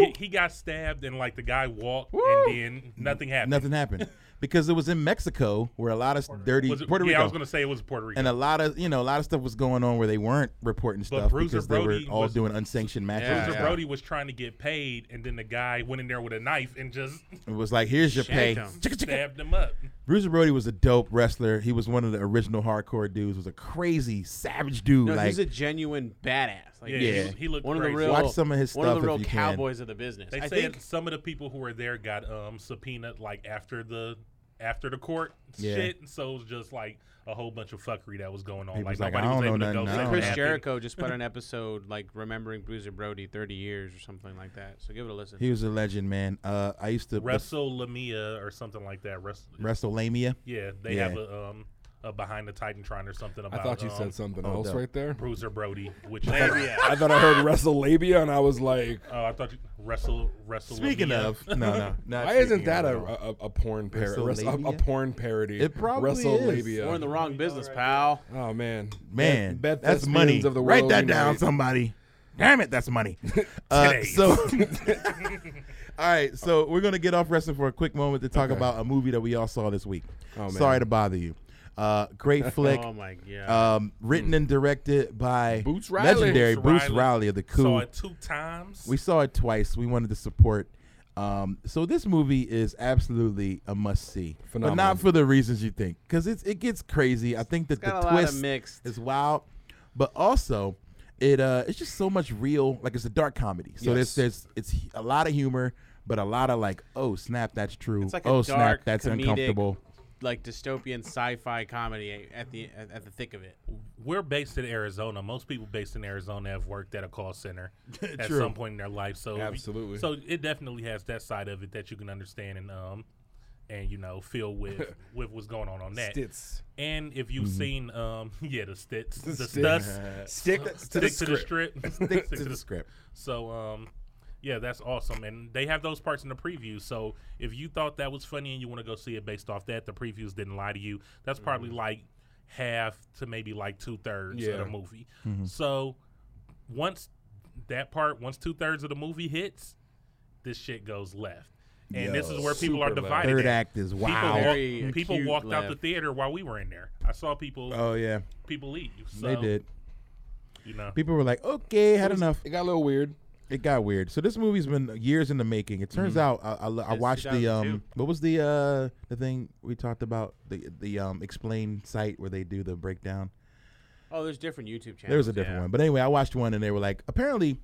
E: Get- he got stabbed and like the guy walked and then nothing happened.
C: Nothing happened because it was in Mexico where a lot of dirty
E: Was it-
C: Puerto
E: yeah,
C: Rico
E: I was gonna say it was Puerto Rico.
C: and uh, a lot of you know a lot of stuff was going on where they weren't reporting stuff
E: Bruiser
C: because they were
E: Brody
C: all
E: was-
C: doing unsanctioned matches.
B: Bruiser
E: Bruiser
B: Yeah.
E: Brody was trying to get paid, and then the guy went in there with a knife and just
C: It was like, here's your pay.
B: Shanked him.
C: Chicka, chicka.
E: stabbed him up.
C: Bruiser Brody was a dope wrestler. He was one of the original hardcore dudes. Was a crazy savage dude.
B: No,
C: like
B: he's a genuine badass. Like,
E: Yeah,
B: he's
C: Yeah.
E: he looked
B: one of the
E: crazy.
B: real.
C: Watch some of his
B: one of
C: stuff
B: the
C: if
B: real
C: you can.
B: cowboys of the business.
E: They
B: I
E: said
B: think
E: some of the people who were there got um subpoenaed like after the after the court
C: Yeah.
E: shit. So it was just like a whole bunch of fuckery that was going on.
C: He
E: like
C: was like,
E: nobody
C: I
E: was
C: don't
E: able
C: know
E: to go.
C: nothing, I
E: say
C: don't
E: what
C: know.
B: Chris
E: happened.
B: Jericho just put an episode like remembering Bruiser Brody 30 years or something like that. So give it a listen.
C: he was a legend, man. Uh, I used to
E: Wrestle Lamia or something like that. Wrestle.
C: WrestleMania.
E: Yeah, they
C: Yeah.
E: have a um a behind the Titantron or something
D: I
E: about.
D: thought you
E: um,
D: said something
C: oh,
D: else
C: dope.
D: right there.
E: Bruiser Brody, which
D: I thought I heard wrestle labia, and I was like,
E: Oh, I thought you wrestle wrestle. uh,
C: Speaking
E: Lamia.
C: of, no, no, not
D: why isn't
C: speaking
D: that
C: of
D: a,
C: it all.
D: a, a porn parody? A, a
C: Wrestlelabia?
D: porn parody.
C: It probably is.
D: wrestle
B: We're
D: labia.
B: in the wrong business, pal.
D: oh man,
C: man?
D: Beth-
C: that's
D: Bethesdans
C: money.
D: Of the
C: Write
D: world
C: that down,
D: unite.
C: somebody. Damn it, that's money. Uh,
E: Titties.
C: so, all right, so we're gonna get off wrestling for a quick moment to talk about a movie that we all saw this week.
D: Oh, man.
C: Sorry to bother you. Uh, great flick.
B: Oh my god.
C: um, written and directed by
D: Boots Riley.
C: legendary
E: Mm. Boots
C: Bruce
E: Riley.
C: Riley of the Coup.
E: Saw it two times.
C: We saw it twice. We wanted to support. Um, so this movie is absolutely a must see, but
D: Phenomenal.
C: not for the reasons you think, because it's it gets crazy. I think that
B: got
C: the
B: a lot of
C: twist
B: mixed.
C: is wild, but also it uh it's just so much real. Like it's a dark comedy, so there's
D: Yes.
C: there's it's a lot of humor, but a lot of like oh snap that's true,
B: It's like
C: oh
B: a dark,
C: snap that's
B: comedic,
C: uncomfortable.
B: like dystopian sci-fi comedy at the at, at the thick of it.
E: We're based in Arizona. Most people based in Arizona have worked at a call center at
C: True.
E: some point in their life. So
D: Absolutely.
E: So it definitely has that side of it that you can understand and um and you know feel with with what's going on on that.
D: Stits.
E: And if
C: Mm-hmm.
E: you've seen um yeah the stits the
D: Stits.
E: stuts
D: Stick to the
E: stick to the
D: script.
E: strip
C: Stick to the script.
E: So um yeah that's awesome and they have those parts in the preview. So if you thought that was funny and you want to go see it based off that the previews didn't lie to you. That's probably like half to maybe like two thirds of
D: Yeah.
E: the movie.
C: Mm-hmm.
E: So once that part, once two thirds of the movie hits, this shit goes left. And this
C: Yo.
E: is where people are
D: Super left.
E: divided.
C: Third
E: at.
C: act is
E: People
C: wow.
E: walk-
B: Very
E: People,
B: acute
E: walked out the
B: left.
E: theater while we were in there. I saw people
C: Oh yeah,
E: people leave. So,
C: they did.
E: You know,
C: People were like, "Okay, had
D: It was-
C: enough."
D: It got a little weird.
C: It got weird. So this movie's been years in the making. It turns out I, I, I
B: Mm-hmm. It's
C: watched the um
B: 2002.
C: what was the uh the thing we talked about the the um explain site where they do the breakdown.
B: Oh, there's different YouTube channels.
C: There was a different
B: yeah.
C: one, but anyway, I watched one and they were like, apparently,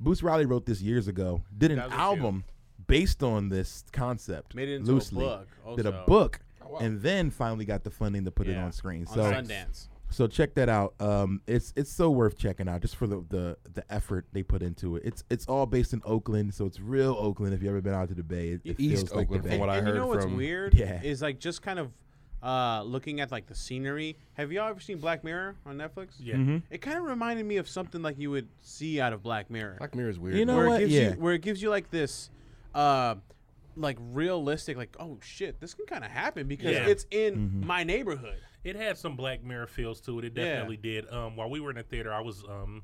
C: Boots Riley wrote this years ago. Did an
B: 2002.
C: album based on this concept.
B: Made it into a
C: loosely,
B: book
C: Did a
B: also.
C: book. And then finally got the funding to put it
B: Yeah,
C: on screen.
B: on
C: So
B: Sundance.
C: so check that out. Um, it's it's so worth checking out just for the, the the effort they put into it. It's it's all based in Oakland, so it's real Oakland. If you ever been out to the Bay, it, it
D: East
C: feels like
D: Oakland,
C: the
D: from
C: Bay.
D: what I
B: and
D: heard
B: you know what's
D: from-
B: weird
C: Yeah.
B: is like just kind of uh, looking at like the scenery. Have y'all ever seen Black Mirror on Netflix?
E: yeah.
C: Mm-hmm.
B: It kind of reminded me of something like you would see out of Black Mirror.
D: Black Mirror is weird.
C: You know
B: where
C: what?
B: it gives
C: Yeah.
B: you where it gives you like this uh like realistic like oh shit this can kind of happen because
E: Yeah.
B: it's in
C: Mm-hmm.
B: my neighborhood
E: It had some Black Mirror feels to it. It
B: Yeah.
E: definitely did. Um, while we were in the theater, I was um,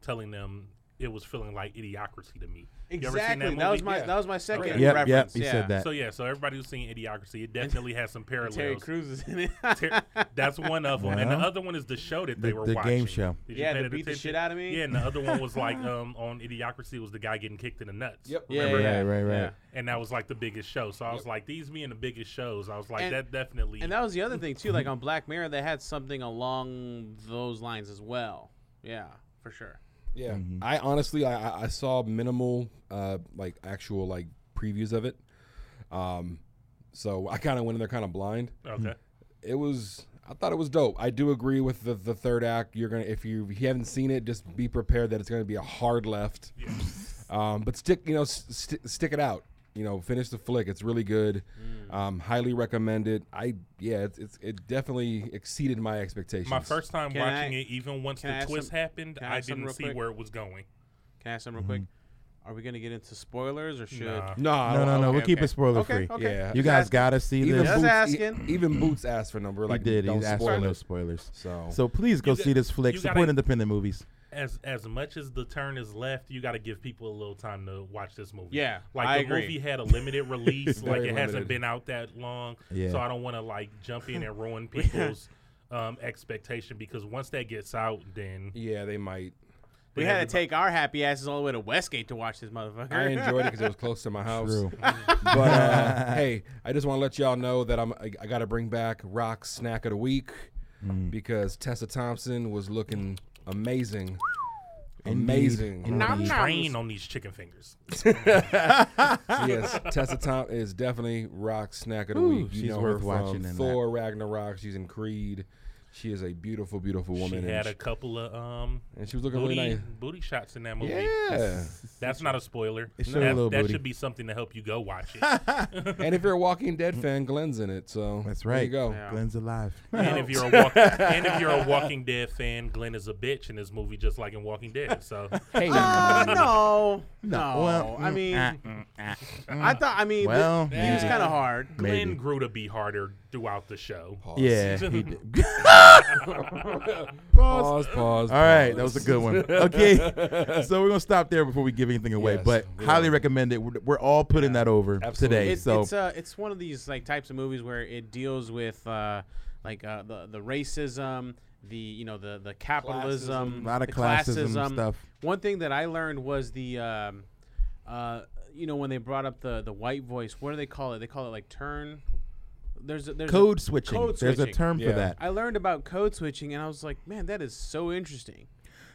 E: telling them it was feeling like idiocracy to me. You ever seen
B: exactly that, was
E: movie?
B: my
D: Yeah.
B: that was my second
E: Okay.
C: Yep, yep.
B: reference
C: He
B: yeah
C: said that.
E: So yeah, so everybody who's seen idiocracy, it definitely has some parallels.
B: Terry Crews is in it
E: Ter- that's one of them, and the
C: Well,
E: other one is the show that they
C: the-
E: were
C: the game
E: watching.
C: show.
E: Did
B: Yeah,
E: pay
B: they
E: that
B: beat the
E: attention?
B: shit out of me.
E: Yeah, and the other one was like um, on Idiocracy was the guy getting kicked in the nuts.
D: Yep.
B: yeah,
E: Remember
B: yeah,
E: that?
C: Right, right, right.
B: yeah.
E: And that was like the biggest show. So I was like, these being the biggest shows, I was like,
B: And-
E: that definitely.
B: and that was the other thing too like on Black Mirror they had something along those lines as well yeah for sure
D: Yeah,
C: Mm-hmm.
D: I honestly, I, I- I saw minimal, uh, like actual like previews of it, um, so I kind of went in there kind of blind.
E: okay.
D: It was, I thought it was dope. I do agree with the, the third act. You're gonna, if you, if you haven't seen it, just be prepared that it's gonna be a hard left. Um, but stick, you know, s- st- stick it out. You know, finish the flick. It's really good.
E: Mm.
D: Um, highly recommend it. I yeah, it's, it's it definitely exceeded my expectations.
E: My first time
B: Can
E: watching
B: I-
E: it, even once
B: can I
E: the
B: ask
E: twist
B: some-
E: happened,
B: can I
E: I,
B: ask something
E: didn't
B: real
E: see
B: quick?
E: where it was going.
B: can I ask them real quick are we gonna get into spoilers or should
E: Nah.
D: no, I
C: No,
D: don't-
C: no,
D: I
C: no.
D: don't-
C: we'll keep
B: Oh, okay.
C: it spoiler
B: Okay,
C: free.
B: okay.
D: Yeah.
C: You
B: Just
C: guys
B: ask-
C: gotta see
D: Even
C: this.
B: Just
D: Boots, e-
B: asking.
D: even Boots asked for number. Like,
C: he did.
D: Don't
C: He's asked
D: spoil
C: for no
D: it.
C: spoilers.
D: So-
C: so please go
E: You
C: see
E: got-
C: this flick.
E: you
C: Support
E: gotta-
C: independent movies.
E: as as much as the turn is left, you got to give people a little time to watch this movie.
B: Yeah,
E: like
B: I
E: the
B: agree.
E: movie had a limited release, like
D: Very
E: it hasn't
D: limited.
E: been out that long.
C: Yeah.
E: So I don't want to like jump in and ruin people's um, expectation because once that gets out, then
D: Yeah, they might.
B: we had
E: then
B: to
E: everybody-
B: take our happy asses all the way to Westgate to watch this motherfucker
D: I enjoyed it because it was close to my house.
C: True.
D: But uh, hey, I just want to let y'all know that I'm I, I got to bring back Rock's snack of the week
C: Mm.
D: because Tessa Thompson was looking amazing, amazing.
E: I'm train on these chicken fingers.
D: yes, Tessa Thompson is definitely Rock's snack of the
C: Ooh,
D: week. You
C: she's
D: know
C: worth
D: her
C: watching
D: from
C: in
D: Thor Ragnarok. She's in Creed. She is a beautiful, beautiful woman.
E: She
D: and
E: had
D: she-
E: a couple of um
D: and she was looking
E: booty,
D: really nice.
E: booty shots in that movie.
D: Yeah.
E: That's not a spoiler.
C: It showed a
E: That,
C: little
E: that
C: booty.
E: should be something to help you go watch it.
D: and if you're a Walking Dead fan, Glenn's in it. So
C: That's
D: There
C: right.
D: you go.
C: Glenn's alive.
E: And if you're a walk- and if you're a Walking Dead fan, Glenn is a bitch in this movie, just like in Walking Dead. So
D: Hey,
B: Uh, no, no.
C: well,
B: I
C: mm,
B: mean,
C: ah,
B: I thought. I mean,
C: Well,
B: well, he was
C: maybe.
B: kind of hard.
E: Glenn
C: Maybe.
E: grew to be harder throughout the show.
C: yeah, he did.
D: pause, pause.
C: All right, that was a good one. Okay, so we're gonna stop there before we give anything away.
D: Yes,
C: but
D: we
C: highly
D: are.
C: recommend it. We're, we're all putting that over
D: Absolutely.
C: today.
B: It,
C: so
B: it's uh, it's one of these like types of movies where it deals with uh, like uh, the the racism, the you know the the capitalism,
C: Lot of
B: the
C: classism stuff.
B: One thing that I learned was the. Um, uh, you know when they brought up the, the white voice, what do they call it? They call it like turn. There's a, there's a-
C: code switching.
B: Code
C: There's a
B: switching.
C: term
D: Yeah.
C: for that.
B: I learned about code switching, and I was like, man, that is so interesting.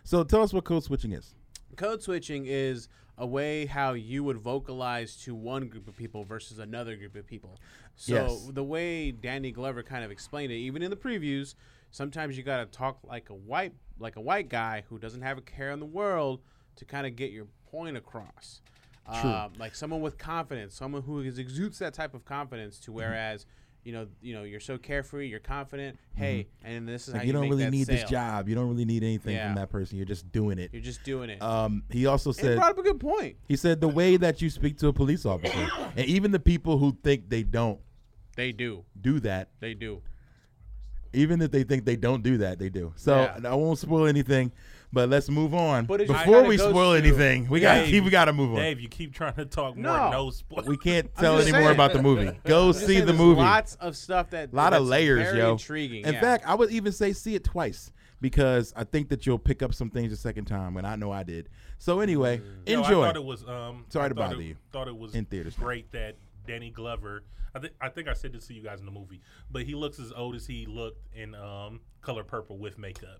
C: So tell us what code switching is.
B: Code switching is a way how you would vocalize to one group of people versus another group of people. So
C: Yes.
B: the way Danny Glover kind of explained it, even in the previews, sometimes you gotta talk like a white like a white guy who doesn't have a care in the world to kind of get your point across. True. like someone with confidence, someone who is, exudes that type of confidence.
C: Mm-hmm.
B: To whereas, you know, you know, you're so carefree, you're confident. Hey, and this is
C: Mm-hmm. Like
B: how
C: you,
B: you,
C: don't
B: make
C: really
B: that
C: need this
B: sale.
C: job. You don't really need anything
B: Yeah.
C: from that person. You're just doing it.
B: You're just doing it.
C: Um, he also
B: and he
C: said
B: brought up a good point.
C: he said the way that you speak to a police officer, and even the people who think they don't
B: They do.
C: do that,
B: They do.
C: Even if they think they don't do that, they do. So
B: Yeah.
C: and I won't spoil anything, but let's move on.
B: But it's-
C: Before
B: I-
C: we
B: gotta go
C: spoil
B: to-
C: anything, we gotta
E: Dave,
C: keep, we gotta move on.
E: Dave, you keep trying to talk
B: No.
E: more no spoilers.
C: we can't tell
B: just
C: any more
B: saying.
C: about the movie. Go
B: Just
C: see
B: saying
C: the
B: there's
C: movie.
B: Lots of stuff that.
C: A lot of
B: that's
C: layers,
B: very
C: yo.
B: Intriguing.
C: In
B: yeah.
C: fact, I would even say see it twice because I think that you'll pick up some things the second time, and I know I did. So anyway,
E: No,
C: enjoy.
E: I thought it was. Um,
C: Sorry
E: I
C: to
E: thought
C: bother
E: it-
C: you.
E: Thought it was
C: In theaters.
E: Great that Danny Glover. I think I think I said this to you guys in the movie, but he looks as old as he looked in um, Color Purple with makeup.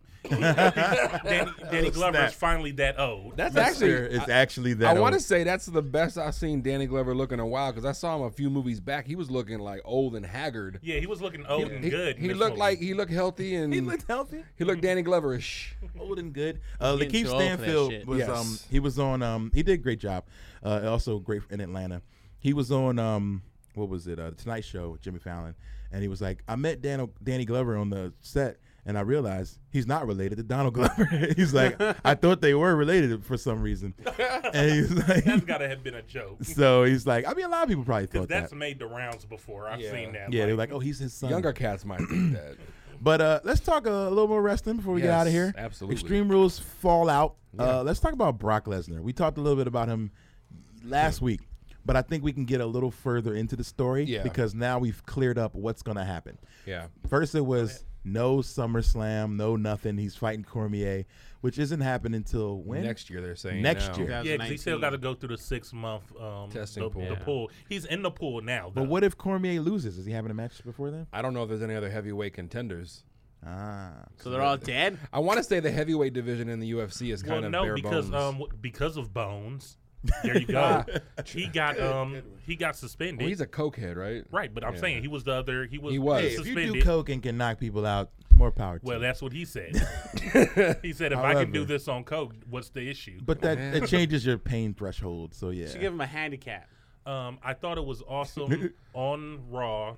E: Danny, Danny Glover
C: snap.
E: is finally that old.
D: That's
C: Yes,
D: actually.
C: sir, it's actually that.
D: I want to
C: old.
D: say that's the best I've seen Danny Glover look in a while because I saw him a few movies back. He was looking like old and haggard.
E: yeah, he was looking old and
D: He,
E: good. in
D: he
E: this
D: looked
E: movie.
D: like he looked healthy and he looked,
C: healthy,
D: Danny Glowerish.
C: old and good. Uh,
B: getting
C: Lakeith
B: too old for that
C: Stanfield
B: shit.
C: was
D: Yes.
C: um he was on um he did a great job, uh, also great in Atlanta. He was on um what was it uh, the Tonight Show with Jimmy Fallon, and he was like I met Dan- Danny Glover on the set. And I realized he's not related to Donald Glover. he's like, I thought they were related for some reason. And he's like,
E: that's gotta have been a joke.
C: So he's like, I mean, a lot of people probably
E: Because
C: thought
E: that's
C: that.
E: made the rounds before. I've
D: Yeah.
E: seen that.
C: Yeah, they're like, oh, he's his son.
D: Younger cats might think that.
C: But uh, let's talk a little more wrestling before we get
D: Yes,
C: out of here.
D: absolutely.
C: Extreme Rules Fallout. Uh, let's talk about Brock Lesnar. We talked a little bit about him last week, but I think we can get a little further into the story
D: Yeah.
C: because now we've cleared up what's going to happen.
D: Yeah.
C: First, it was no SummerSlam, no nothing. He's fighting Cormier, which isn't happening until when?
D: Next year they're saying
C: Next
D: now.
C: year.
E: yeah, 'cause he still
B: 2019.
E: got to go through the six month um,
D: Testing
E: the,
D: pool.
E: the
D: Yeah.
E: pool. He's in the pool now.
C: But
E: though.
C: what if Cormier loses? Is he having a match before then?
D: I don't know if there's any other heavyweight contenders.
C: Ah.
B: So they're all dead.
D: I want to say the heavyweight division in the UFC is kind
E: well,
D: of
E: no,
D: bare
E: because
D: bones.
E: um w- because of bones. There you go. he got um he got suspended.
D: Well, he's a cokehead, right?
E: right, but I'm saying he was the other. He was
D: He was.
C: Hey, if
E: suspended.
C: you do coke and can knock people out, more power to
E: well,
C: you.
E: that's what he said. he said, "If I can do
C: However-
E: this on coke, what's the issue?"
C: But that, that changes your pain threshold. So yeah.
B: Should give him a handicap.
E: Um, I thought it was awesome on Raw.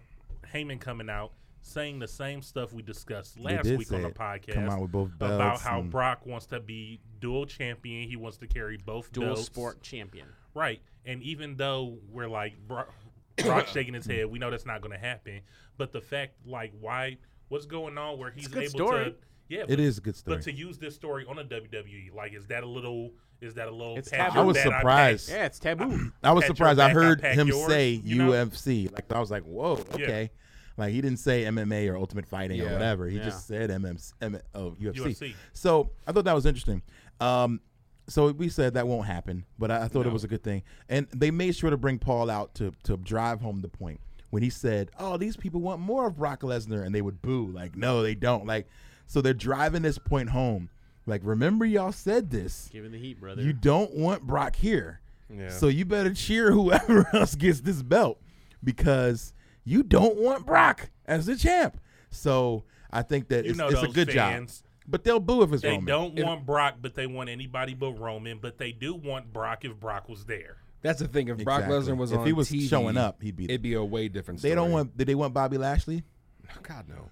E: Heyman coming out saying the same stuff we discussed last
C: did
E: week
C: say
E: on the
C: it.
E: podcast
C: Come out with both
E: about
C: belts
E: how
C: and-
E: Brock wants to be dual champion. He wants to carry both
B: Dual
E: belts.
B: sport champion.
E: Right. And even though we're like Brock, Brock shaking his head, we know that's not going to happen. But the fact, like, why? What's going on where he's
B: a good
E: able
B: story.
E: to? Yeah,
C: It is a good story.
E: But to use this story on a WWE, like, is that a little? Is that a little?
B: It's
E: pat
B: taboo.
E: on
B: I was
E: the back?
C: surprised.
B: Yeah, it's taboo.
C: I was
E: pat your
C: surprised. I
E: back, I
C: heard
E: pat
C: him
E: yours,
C: say
E: you know?
C: UFC. Like I was like, whoa, okay. Like he didn't say MMA or Ultimate Fighting or
D: Yeah.
C: whatever. He
B: Yeah.
C: just said MMC, M- oh, UFC.
E: UFC.
C: So I thought that was interesting. Um, so we said that won't happen, but I, I thought it was a good thing. And they made sure to bring Paul out to to drive home the point when he said, "Oh, these people want more of Brock Lesnar," and they would boo, like, "No, they don't." Like, so they're driving this point home. Like, remember y'all said this.
B: Giving the heat, brother.
C: You don't want Brock here. So you better cheer whoever else gets this belt because you don't want Brock as the champ. So I think that
E: You
C: it's,
E: know
C: it's a
E: those
C: good
E: fans.
C: job. But they'll boo if it's
E: They
C: Roman.
E: don't
C: If-
E: want Brock, but they want anybody but Roman. But they do want Brock if Brock was there.
D: That's the thing. If Brock
C: Exactly.
D: Lesnar was
C: If
D: on
C: he was
D: TV,
C: showing up, he'd be there.
D: It'd be a way different.
C: They don't
D: story. Oh,
C: want. Did they want Bobby Lashley?
D: God no.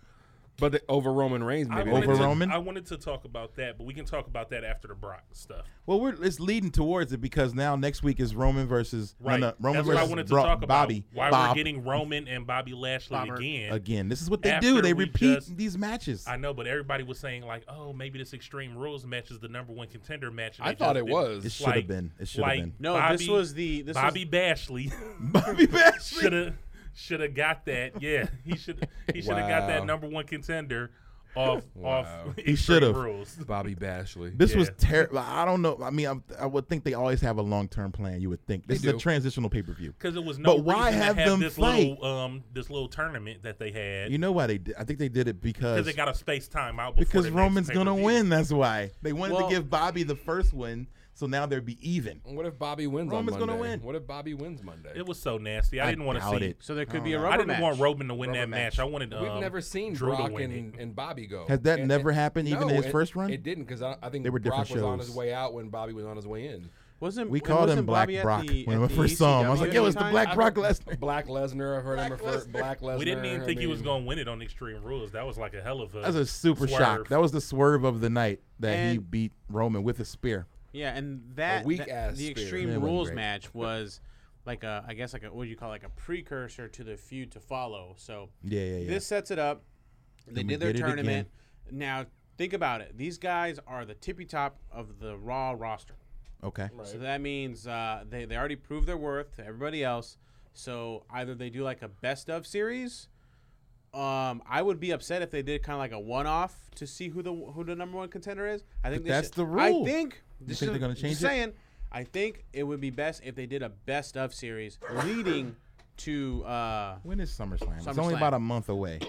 D: But the, over Roman Reigns, maybe.
E: I wanted
C: Over
E: to-
C: Roman?
E: I wanted to talk about that, but we can talk about that after the Brock stuff.
C: Well, we're it's leading towards it because now next week is Roman versus no,
E: Right.
C: no, Roman
E: That's what I
C: versus
E: wanted to
C: Bro-
E: talk about.
C: Bobby.
E: Why
C: Bob
E: we're getting Roman and Bobby Lashley
B: Bobber.
E: again.
C: again. This is what they do.
E: After
C: They
E: we
C: repeat
E: just-
C: these matches.
E: I know, but everybody was saying like, "Oh, maybe this Extreme Rules match is the number one contender match." and
D: I
E: they
D: thought
E: just
D: it
E: didn't.
D: was.
C: It should've been. It should've been.
B: No, this was the- this
E: Bobby
B: was-
E: Bashley
C: Bobby Lashley.
E: should have should have got that. Yeah, he should he should have got
D: Wow.
E: that number one contender off off.
C: He
E: Extreme
C: should've.
E: Rules.
D: Bobby Bashley.
C: This was
E: Yeah.
C: terrible. I don't know. I mean, I'm, I would think they always have a long term plan. You would think this is a
D: do.
C: transitional pay per view.
E: Because it was no
C: But why
E: reason
C: have
E: to have
C: them
E: this
C: fight?
E: little um this little tournament that they had
C: You know why they did? I think they did it because
E: because they got a space time out before
C: because
E: the next
C: Roman's gonna
E: pay-per-view.
C: win. That's why they wanted
B: Well-
C: to give Bobby the first win, so now they'd be even.
D: What if Bobby wins
C: Roman's
D: on
C: gonna
D: Monday?
C: win.
D: What if Bobby wins Monday?
E: It was so nasty. I, didn't want to
C: doubt
E: see
C: it.
B: so there could be a rubber
E: I didn't
B: match.
E: want Roman to win
C: Rubber
E: that
C: match.
E: match. I wanted. Um,
D: We've never seen
E: Drew to
D: Brock
E: win
D: and,
E: it.
D: and Bobby go.
C: Has that
D: And-
C: never
D: and-
C: happened, even
D: No,
C: in his
D: it-
C: first run?
D: It didn't because I, I think
C: They were
D: Brock
C: different
D: was on his
C: shows.
D: way out when Bobby was on his way in.
B: Wasn't
C: We called
B: wasn't
C: him Black
B: Bobby at
C: Brock
B: the-
C: when
B: at
C: I
B: the E
C: first saw him. I was like,
B: ECW
C: yo, it's the
B: time?
C: Black
B: I-
C: Brock Lesnar.
D: Black Lesnar, I heard him refer Black Lesnar.
E: We didn't even
D: I
E: think he was
D: mean-
E: going to win it on Extreme Rules. That was like a hell of a.
C: That was a super
E: swerve.
C: shock. That was the swerve of the night that he
B: And-
C: beat Roman with a spear.
B: Yeah, and that
D: weak
B: that-
D: ass
B: the
C: Yeah,
D: spirit.
C: it
B: Extreme
C: wasn't
B: Rules
C: great.
B: match was like a I guess like a what do you call it, like a precursor to the feud to follow. So
C: Yeah, yeah, yeah.
B: This sets it up. They
C: we
B: did their
C: did it again.
B: tournament. Now think about it. These guys are the tippy top of the Raw roster.
C: Okay.
B: So that means uh, they they already proved their worth to everybody else. So either they do like a best of series. Um, I would be upset if they did kind of like a one off to see who the who the number one contender is. I think
C: But
B: they
C: that's
B: should-
C: the
B: I
C: rule.
B: think this
C: think
B: is-
C: they're gonna
B: just
C: change it?
B: Saying, I think it would be best if they did a best of series leading to. Uh,
C: When is SummerSlam? It's only
B: SummerSlam.
C: about a month away.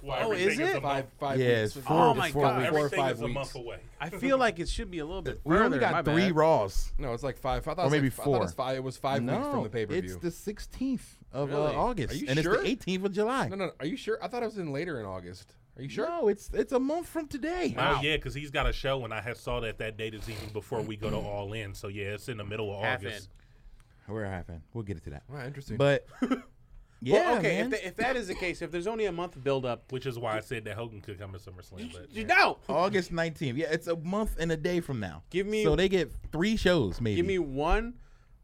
E: Why
B: Oh,
E: everything
B: is
E: a
B: it?
E: month-
D: Five, five
C: Yeah,
D: weeks.
C: it's
D: four,
C: four-
B: Oh my
D: four,
B: God,
D: Four or
E: Everything
D: five
E: is
D: weeks.
E: a month away.
B: I feel like it should be a little bit.
C: We
B: further,
C: only
B: my
C: got
B: bad.
C: three Raws.
D: No, it's like five. I thought it was
C: maybe
D: like- I thought it was
C: four.
D: five. It was five weeks from the pay per
C: it's
D: view.
C: the 16th of
B: Really?
C: uh, August,
D: Are you
C: and
D: sure?
C: it's the 18th of July.
D: No, no, no. Are you sure? I thought it was in later in August. Are you sure?
C: No, it's it's a month from today.
E: Oh yeah, because he's got a show, and I had saw that that date is even before we go to All In. So yeah, it's in the middle of
B: Half
E: August.
B: in.
C: We're happening. We'll get into that.
D: Wow, interesting.
C: But yeah,
B: Well, okay,
C: man.
B: if, tha- if that is the case, if there's only a month build up,
E: Which is why I said that Hogan could come to SummerSlam. But
B: you know,
C: August 19th. Yeah, it's a month and a day from now.
B: Give me-
C: so they get three shows maybe.
B: give me one,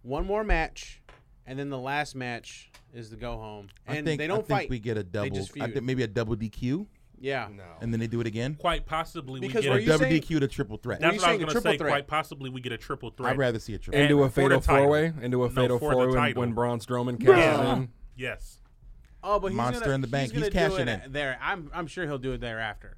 B: one more match, and then the last match is the go home. And
C: I think
B: they don't
C: I think
B: fight.
C: we get a double.
B: just
C: I
B: feud.
C: think maybe a double DQ,
B: yeah.
D: no.
C: and then they do it again.
E: quite possibly we
B: Because
E: get
B: were
C: Or
B: Are
E: a
B: you
C: double
B: saying-
C: DQ to triple threat.
E: That's
B: you
E: what I
B: saying a
E: was going to
B: triple
E: say.
B: threat?
E: Quite possibly, we get a triple threat.
C: I'd rather see a triple.
E: And-
D: into a
E: for the
D: fatal
E: title.
D: four way. Into a
E: No,
D: fatal
E: for the
D: four way
E: title.
D: when Braun Strowman cashes
E: Yeah.
D: in.
E: Yes.
B: Oh, but he's
C: Monster
B: gonna,
C: in the bank.
B: He's,
C: He's
B: gonna do
C: cashing
B: it
C: in.
B: there. I'm I'm sure he'll do it thereafter,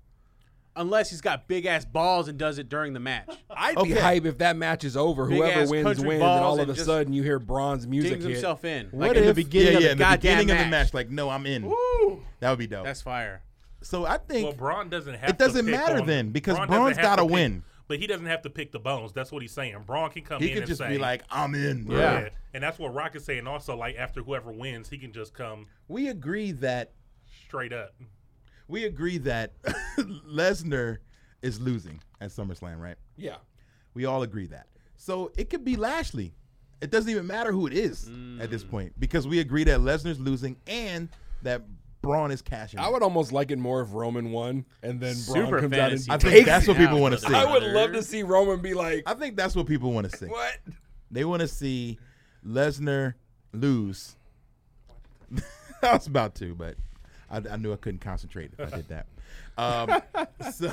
B: unless he's got big ass balls and does it during the match.
D: I'd
C: Okay.
D: be hype if that match is over. Whoever
B: ass
D: wins wins,
B: country
D: and
B: balls
D: all of
B: and
D: a
B: just
D: sudden you hear Braun's music
B: Dings
D: hit.
B: himself in.
C: What
B: like in the
C: if-
B: beginning
C: yeah, yeah,
B: of
C: in
B: the goddamn
C: beginning
B: match.
C: of the match, like no, I'm in.
B: Woo!
C: That would be dope.
B: That's fire.
C: so I think
E: Well, Braun doesn't have.
C: It doesn't
E: to pick
C: matter
E: on-
C: then, because
E: Braun doesn't
C: Braun's
E: have to
C: gotta
E: pick-
C: win.
E: But he doesn't have to pick the bones. That's what he's saying. Braun can come
C: he
E: in
C: could
E: and
C: just
E: say,
C: be like, I'm in. Bro.
B: Yeah.
E: Yeah. And that's what Rock is saying. Also, like after whoever wins, he can just come
C: We agree that
E: straight up.
C: we agree that Lesnar is losing at SummerSlam, right?
D: Yeah.
C: We all agree that. So it could be Lashley. It doesn't even matter who it is at
D: Mm.
C: this point because we agree that Lesnar's losing and that Braun is cashing.
D: I
C: in.
D: would almost like it more if Roman won and then Braun
B: Super
D: comes
B: fantasy.
D: out
C: I
D: and
C: think
D: takes
C: that's
D: it.
C: what people want to
B: brother.
C: see.
D: I would love to see Roman be like,
C: I think that's what people want to see.
D: what?
C: They want to see Lesnar lose. I was about to, but I, I knew I couldn't concentrate if I did that. Um, so,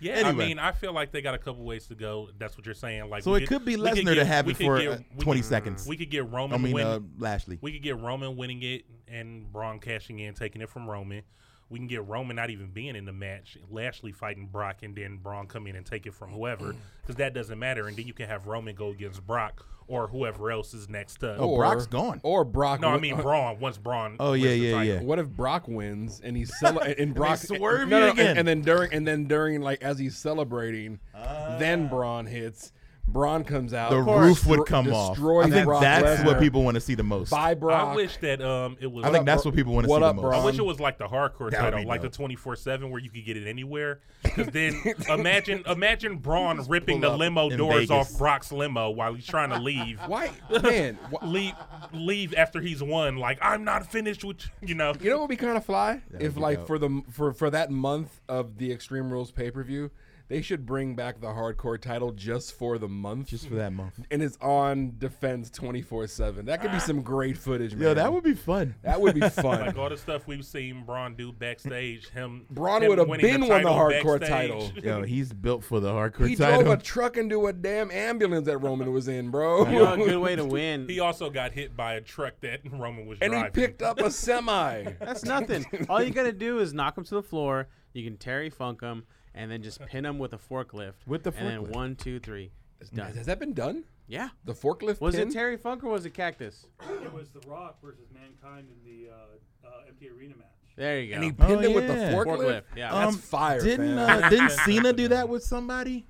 E: Yeah,
C: Anyway.
E: I mean, I feel like they got a couple ways to go. That's what you're saying. Like,
C: so
E: we
C: it could be
E: we
C: Lesnar
E: get-
C: to have
E: we
C: it
E: could
C: for
E: get-
C: uh,
E: we
C: 20
E: could-
C: seconds.
E: We could get Roman.
C: I mean,
E: win,
C: uh, Lashley.
E: we could get Roman winning it and Braun cashing in, taking it from Roman. We can get Roman not even being in the match, Lashley fighting Brock, and then Braun come in and take it from whoever, because that doesn't matter. And then you can have Roman go against Brock or whoever else is next up.
C: Oh, Brock's gone.
D: Or Brock.
E: no, I
D: win-
E: mean Braun. Once Braun.
C: Oh,
E: wins
C: yeah,
E: the
C: yeah,
E: title.
C: yeah.
D: What if Brock wins and he's cele- and- and Brock
C: swerve
D: no,
C: you
D: no, and-
C: again.
D: And, then during and then during like as he's celebrating,
E: Ah.
D: then Braun hits. Braun comes out.
C: the
D: destroy-
C: roof would come
D: destroys
C: off. I think
D: Brock
C: that's what
D: Lesnar.
C: people want to see the most.
D: Bye, Brock.
E: I wish that um it was.
C: I think that's what people want to
D: What
C: see
D: up,
C: the most.
D: bro?
E: I wish it was like the hardcore
C: That would
E: title,
C: be
E: like
C: dope.
E: the twenty four seven, where you could get it anywhere. Because then imagine imagine Braun ripping the
C: up
E: limo
C: in
E: doors
C: Vegas.
E: off Brock's limo while he's trying to leave.
D: Why, man? wh-
E: leave leave after he's won. Like I'm not finished with you you know.
D: you know what would be kind of fly if
C: be
D: like
C: dope.
D: for the for for that month of the Extreme Rules pay per view, they should bring back the hardcore title just for the month,
C: Just for that month.
D: and it's on defense twenty four seven. That could be some great footage, man.
C: Yo, that would be fun.
D: that would be
E: Like
D: fun.
E: all the stuff we've seen Braun do backstage, him
D: Braun
E: him
D: would've
E: winning
D: been won the
E: title
D: hardcore
E: backstage.
C: Yo, he's built for the hardcore
D: He
C: title.
D: drove a truck into a damn ambulance that Roman was in, bro.
B: You know, a good way to win.
E: He also got hit by a truck that Roman was
D: and he
E: driving.
D: picked up a semi.
B: That's nothing. All you gotta do is knock him to the floor. You can Terry Funk him, and then just pin him with a forklift.
C: With the
B: and then
C: forklift.
B: one, two, three, it's done.
D: Has that been done?
B: Yeah.
D: The forklift.
B: Was
D: pin?
B: it Terry Funk or was it Cactus?
G: It was The Rock versus Mankind in the uh, uh, empty arena match.
B: There you go.
D: And he pinned
C: Oh,
D: it with the
C: yeah.
D: forklift.
B: Forklift, yeah.
D: that's
C: Um,
D: fire.
C: Didn't
D: fam.
C: uh, didn't Cena do that with somebody?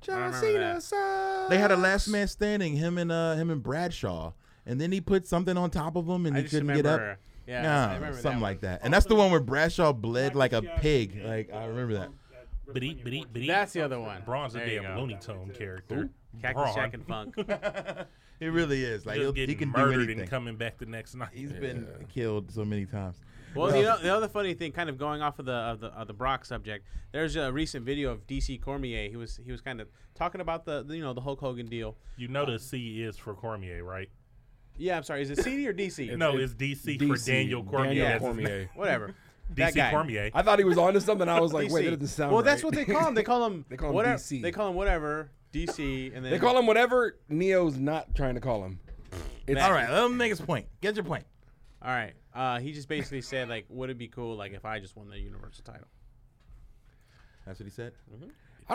D: John
B: remember
D: Cena?
B: that.
D: sucks.
C: They had a last man standing, him and uh, him and Bradshaw, and then he put something on top of him and
B: I
C: he
B: just
C: couldn't get up.
B: remember- yeah, I
C: Nah,
B: remember that
C: something
B: one.
C: like that. And that's the one where Bradshaw bled like a pig. Like I remember that.
E: But he, but he, but he,
B: That's the other one.
E: Braun's a
B: There you
E: damn
B: go.
E: Looney Tune character.
B: Cactus
E: Braun
B: Jack and Funk.
C: It really is. Like
E: just
C: he'll-
E: getting
C: he can do
E: murdered
C: anything.
E: and coming back the next night.
C: He's been killed so many times.
B: Well, you know, the other funny thing, kind of going off of the of the, of the Brock subject, there's a recent video of DC Cormier. He was he was kind of talking about the you know the Hulk Hogan deal.
E: You know the C is for Cormier, right?
B: Yeah, I'm sorry. Is it CD or DC?
E: no, it's DC, for Daniel Cormier.
D: Daniel
E: that's his name.
D: Cormier.
B: whatever. That
E: DC
B: guy.
E: Cormier.
D: I thought he was onto something. I was like, wait,
B: DC.
D: that doesn't sound
B: Well,
D: right.
B: that's what they call him. They call him.
D: They call him
B: whatever,
D: DC.
B: They call him whatever. DC, and then
D: They call him whatever Neo's not trying to call him. It's,
C: All right, let him make his point. Get your point.
B: All right. Uh, he just basically said like, would it be cool like if I just won the universal title?
C: That's what he said.
D: I'm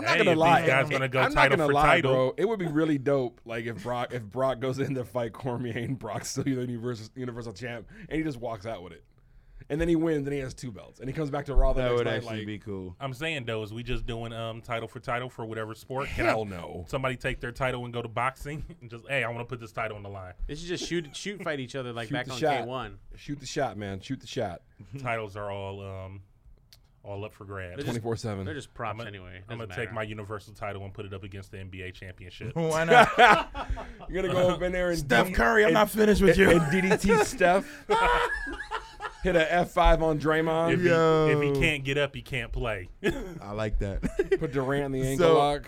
D: not
E: Hey,
D: gonna
E: if
D: lie.
E: these guys gonna go
D: I'm not
E: title
D: gonna
E: for
D: lie,
E: title.
D: bro. It would be really dope, like if Brock if Brock goes in to fight Cormier and Brock's still the universal, universal champ, and he just walks out with it, and then he wins, and he has two belts, and he comes back to Raw the
H: That
D: next
H: would
D: night,
H: actually
D: like,
H: be cool.
E: I'm saying though, is we just doing um title for title for whatever sport? Can I-
D: Hell no.
E: Somebody take their title and go to boxing and just hey, I want to put this title on the line.
B: They should just shoot shoot fight each other like
D: Shoot
B: back
D: the
B: on
D: shot.
B: K1.
D: Shoot the shot, man. Shoot the shot.
E: Titles are all um all up for grabs.
B: They're just-
D: 24/7.
B: They're just props
E: I'm gonna-
B: anyway.
E: I'm gonna
B: Doesn't
E: take my
B: matter.
E: universal title and put it up against the NBA championship.
C: Why not?
D: You're gonna go up in there and
C: Steph
D: D-
C: Curry, I'm
D: and-
C: not finished with you.
D: and DDT Steph. Hit a F5 on
E: If
D: Draymond.
E: he, if he
C: Yo.
E: can't get up, he can't play.
C: I like that.
D: Put Durant in the ankle
C: So-
D: lock.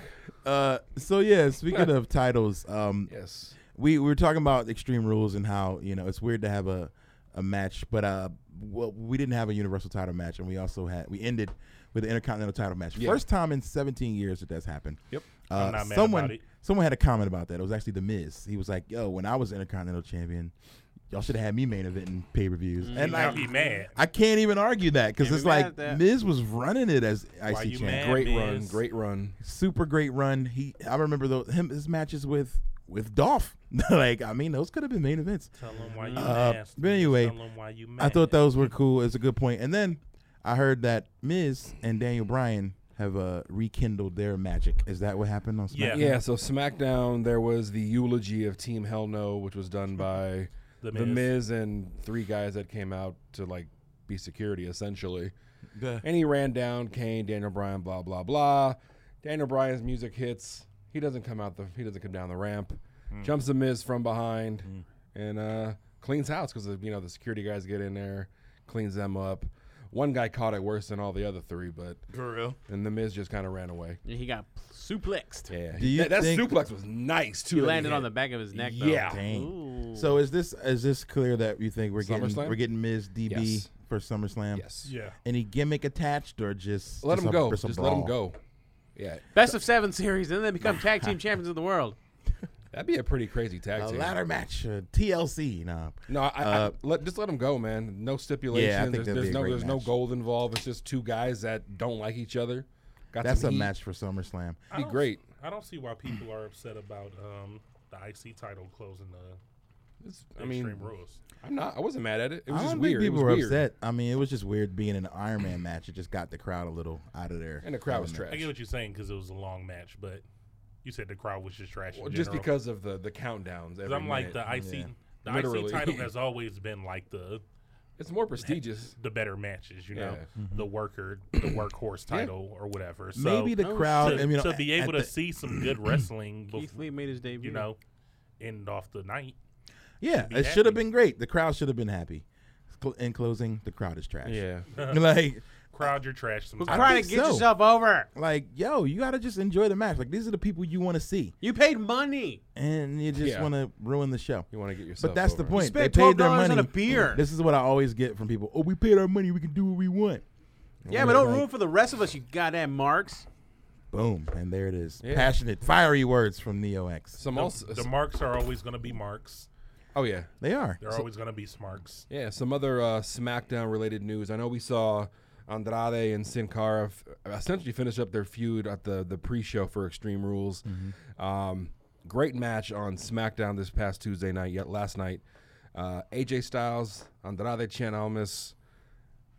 C: uh, so yeah, speaking of titles, um,
D: Yes.
C: we, we were talking about Extreme Rules and how you know it's weird to have a, a match, but uh, well, we didn't have a Universal Title match, and we also had we ended with an Intercontinental Title match. First time in 17 years that that's happened. Yep. Uh,
E: I'm not mad
C: someone
E: about it.
C: someone had a comment about that. It was actually the Miz. He was like, "Yo, when I was Intercontinental Champion, y'all should have had me main event in pay per views." And
E: I'd
C: I,
E: be mad.
C: I can't even argue that because
B: Can't
C: it's
B: be mad
C: like
B: at that.
C: Miz was running it as
E: Why
C: IC
E: you
C: champ.
E: mad?
D: Great
E: Miz.
D: run. Great run.
C: Super great run. He, I remember those him his matches with with Dolph. like I mean, those could have been main events.
E: Tell him why you
C: Uh,
E: nasty.
C: but anyway,
E: Tell 'em why you mad.
C: I thought those were cool. It's a good point. And then I heard that Miz and Daniel Bryan have uh, rekindled their magic. Is that what happened on SmackDown?
E: Yeah.
D: Yeah, so SmackDown, there was the eulogy of Team Hell No, which was done by
E: The
D: the,
E: Miz.
D: Miz. and three guys that came out to like be security essentially. And he ran down Kane, Daniel Bryan, blah blah blah. Daniel Bryan's music hits. He doesn't come out the. He doesn't come down the ramp. Jumps the Miz from behind and uh, cleans house because you know the security guys get in there, cleans them up. One guy caught it worse than all the other three, but
H: For real.
D: and the Miz just kind of ran away.
B: He got suplexed.
D: Yeah,
C: Do you
D: that, that
C: think-
D: suplex was nice too.
B: He
D: that
B: landed
D: hit.
B: on the back of his neck. Though.
E: Oh,
D: Yeah.
C: Dang.
B: Ooh.
C: So is this is this clear that you think we're getting
D: SummerSlam?
C: we're getting Miz DB
D: Yes.
C: for SummerSlam?
D: Yes.
E: Yeah.
C: Any gimmick attached or just
D: Let
C: just
D: him
C: a-
D: go.
C: a
D: Just let him
C: brawl?
D: go. Yeah,
B: best of seven series, and then they become tag team champions of the world.
D: that'd be a pretty crazy tag
C: A
D: team.
C: ladder match, uh, TLC. Nah.
D: No, I,
C: Uh,
D: I let, just let him go, man. No stipulations.
C: Yeah, I think
D: there's
C: that'd
D: there's
C: be a
D: no
C: great
D: there's no
C: match.
D: gold involved. It's just two guys that don't like each other. Got
C: That's
D: some
C: a
D: heat.
C: match for SummerSlam.
E: I
D: be
E: don't-
D: great.
E: I don't see why people are upset about um, the IC title closing the
D: It's- I
E: Extreme
D: mean,
E: Rules.
D: I'm not. I wasn't mad at it. It was
C: I
D: just
C: don't
D: weird.
C: think
D: It
C: people
D: was
C: were
D: weird.
C: upset. I mean, it was just weird being in an Iron Man match. It just got the crowd a little out of there.
D: and the crowd was
E: I
D: trash.
E: get what you're saying because it was a long match, but you said the crowd was just trash. in
D: Well, just
E: general.
D: because of the the countdowns.
E: Because
D: Every
E: I'm like
D: minute.
E: the IC.
C: yeah.
E: The
D: Literally.
E: IC title has always been like the
D: it's more prestigious.
E: the better matches, you know,
D: Yeah.
E: the worker, the workhorse title or whatever. So
C: Mm-hmm. Maybe the
B: No
C: crowd.
E: to,
C: I mean,
E: to be
C: at
E: able to
C: the-
E: see some good wrestling,
B: Keith
E: before,
B: Lee made his debut.
E: you know, end off the night.
C: Yeah,
E: be
C: it should have
E: happy.
C: been great. The crowd should have been happy. Cl- In closing, the crowd is trash.
D: Yeah.
C: like,
E: Crowd your trash
B: We're
E: sometimes.
B: trying to
C: think
B: get
C: so.
B: yourself over.
C: like, yo, you gotta just enjoy the match. Like, these are the people you want to see,
B: You paid money.
C: and you just
D: Yeah.
C: want to ruin the show.
D: You want to get yourself.
C: But that's the
D: over.
C: point.
B: spent
C: they paid their
B: $12
C: money
B: on a beer.
C: This is what I always get from people. Oh, we paid our money. We can do what we want.
B: Yeah, but don't ruin for the rest of us, you goddamn marks.
C: Boom, and there it is. Passionate, fiery words from Neo X.
D: Some also.
E: The marks are always going to be marks.
D: oh yeah.
C: They are.
E: They're always going to be smarks.
D: Yeah, some other uh, SmackDown related news. I know we saw Andrade and Sin Cara f- essentially finish up their feud at the the pre show for Extreme Rules.
B: Mm-hmm.
D: Um, great match on SmackDown this past Tuesday night, yet last night. Uh, AJ Styles, Andrade Cien Almas.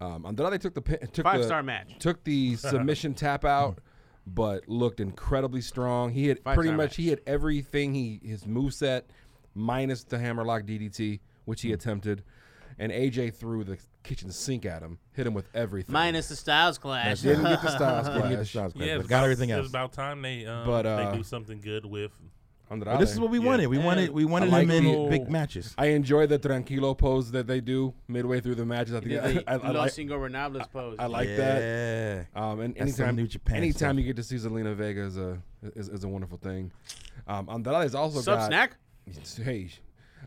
D: Um, Andrade took the pin- took
B: Five
D: the-
B: star match.
D: took the submission tap out, but looked incredibly strong. He had
B: Five
D: pretty
B: star
D: much
B: match.
D: he had everything he his moveset minus the hammerlock DDT, which
C: Hmm.
D: he attempted. And AJ threw the kitchen sink at him, hit him with everything.
B: Minus the Styles Clash.
D: didn't get the Styles
C: Didn't get the
D: clash.
C: shots,
E: Yeah,
C: but
E: it's
C: got
E: about-
C: everything
E: It's
C: else.
E: about time they um,
D: But, uh,
E: they do something good with.
D: Andrade.
C: But this is what we wanted. We wanted. We wanted
D: like
C: him in
D: the-
C: big matches.
D: I enjoy the tranquilo pose that they do midway through the matches. I think
B: Did the
D: I, I
B: Los
D: like,
B: Cinco Renables pose.
D: I like that.
C: yeah.
D: Um, and
C: That's some
D: anytime,
C: New Japan
D: anytime
C: stuff.
D: you get to see Zelina Vega is a is, is a wonderful thing. Um, Andrade's also
B: Sub
D: got
B: snack?
D: It's- Hey,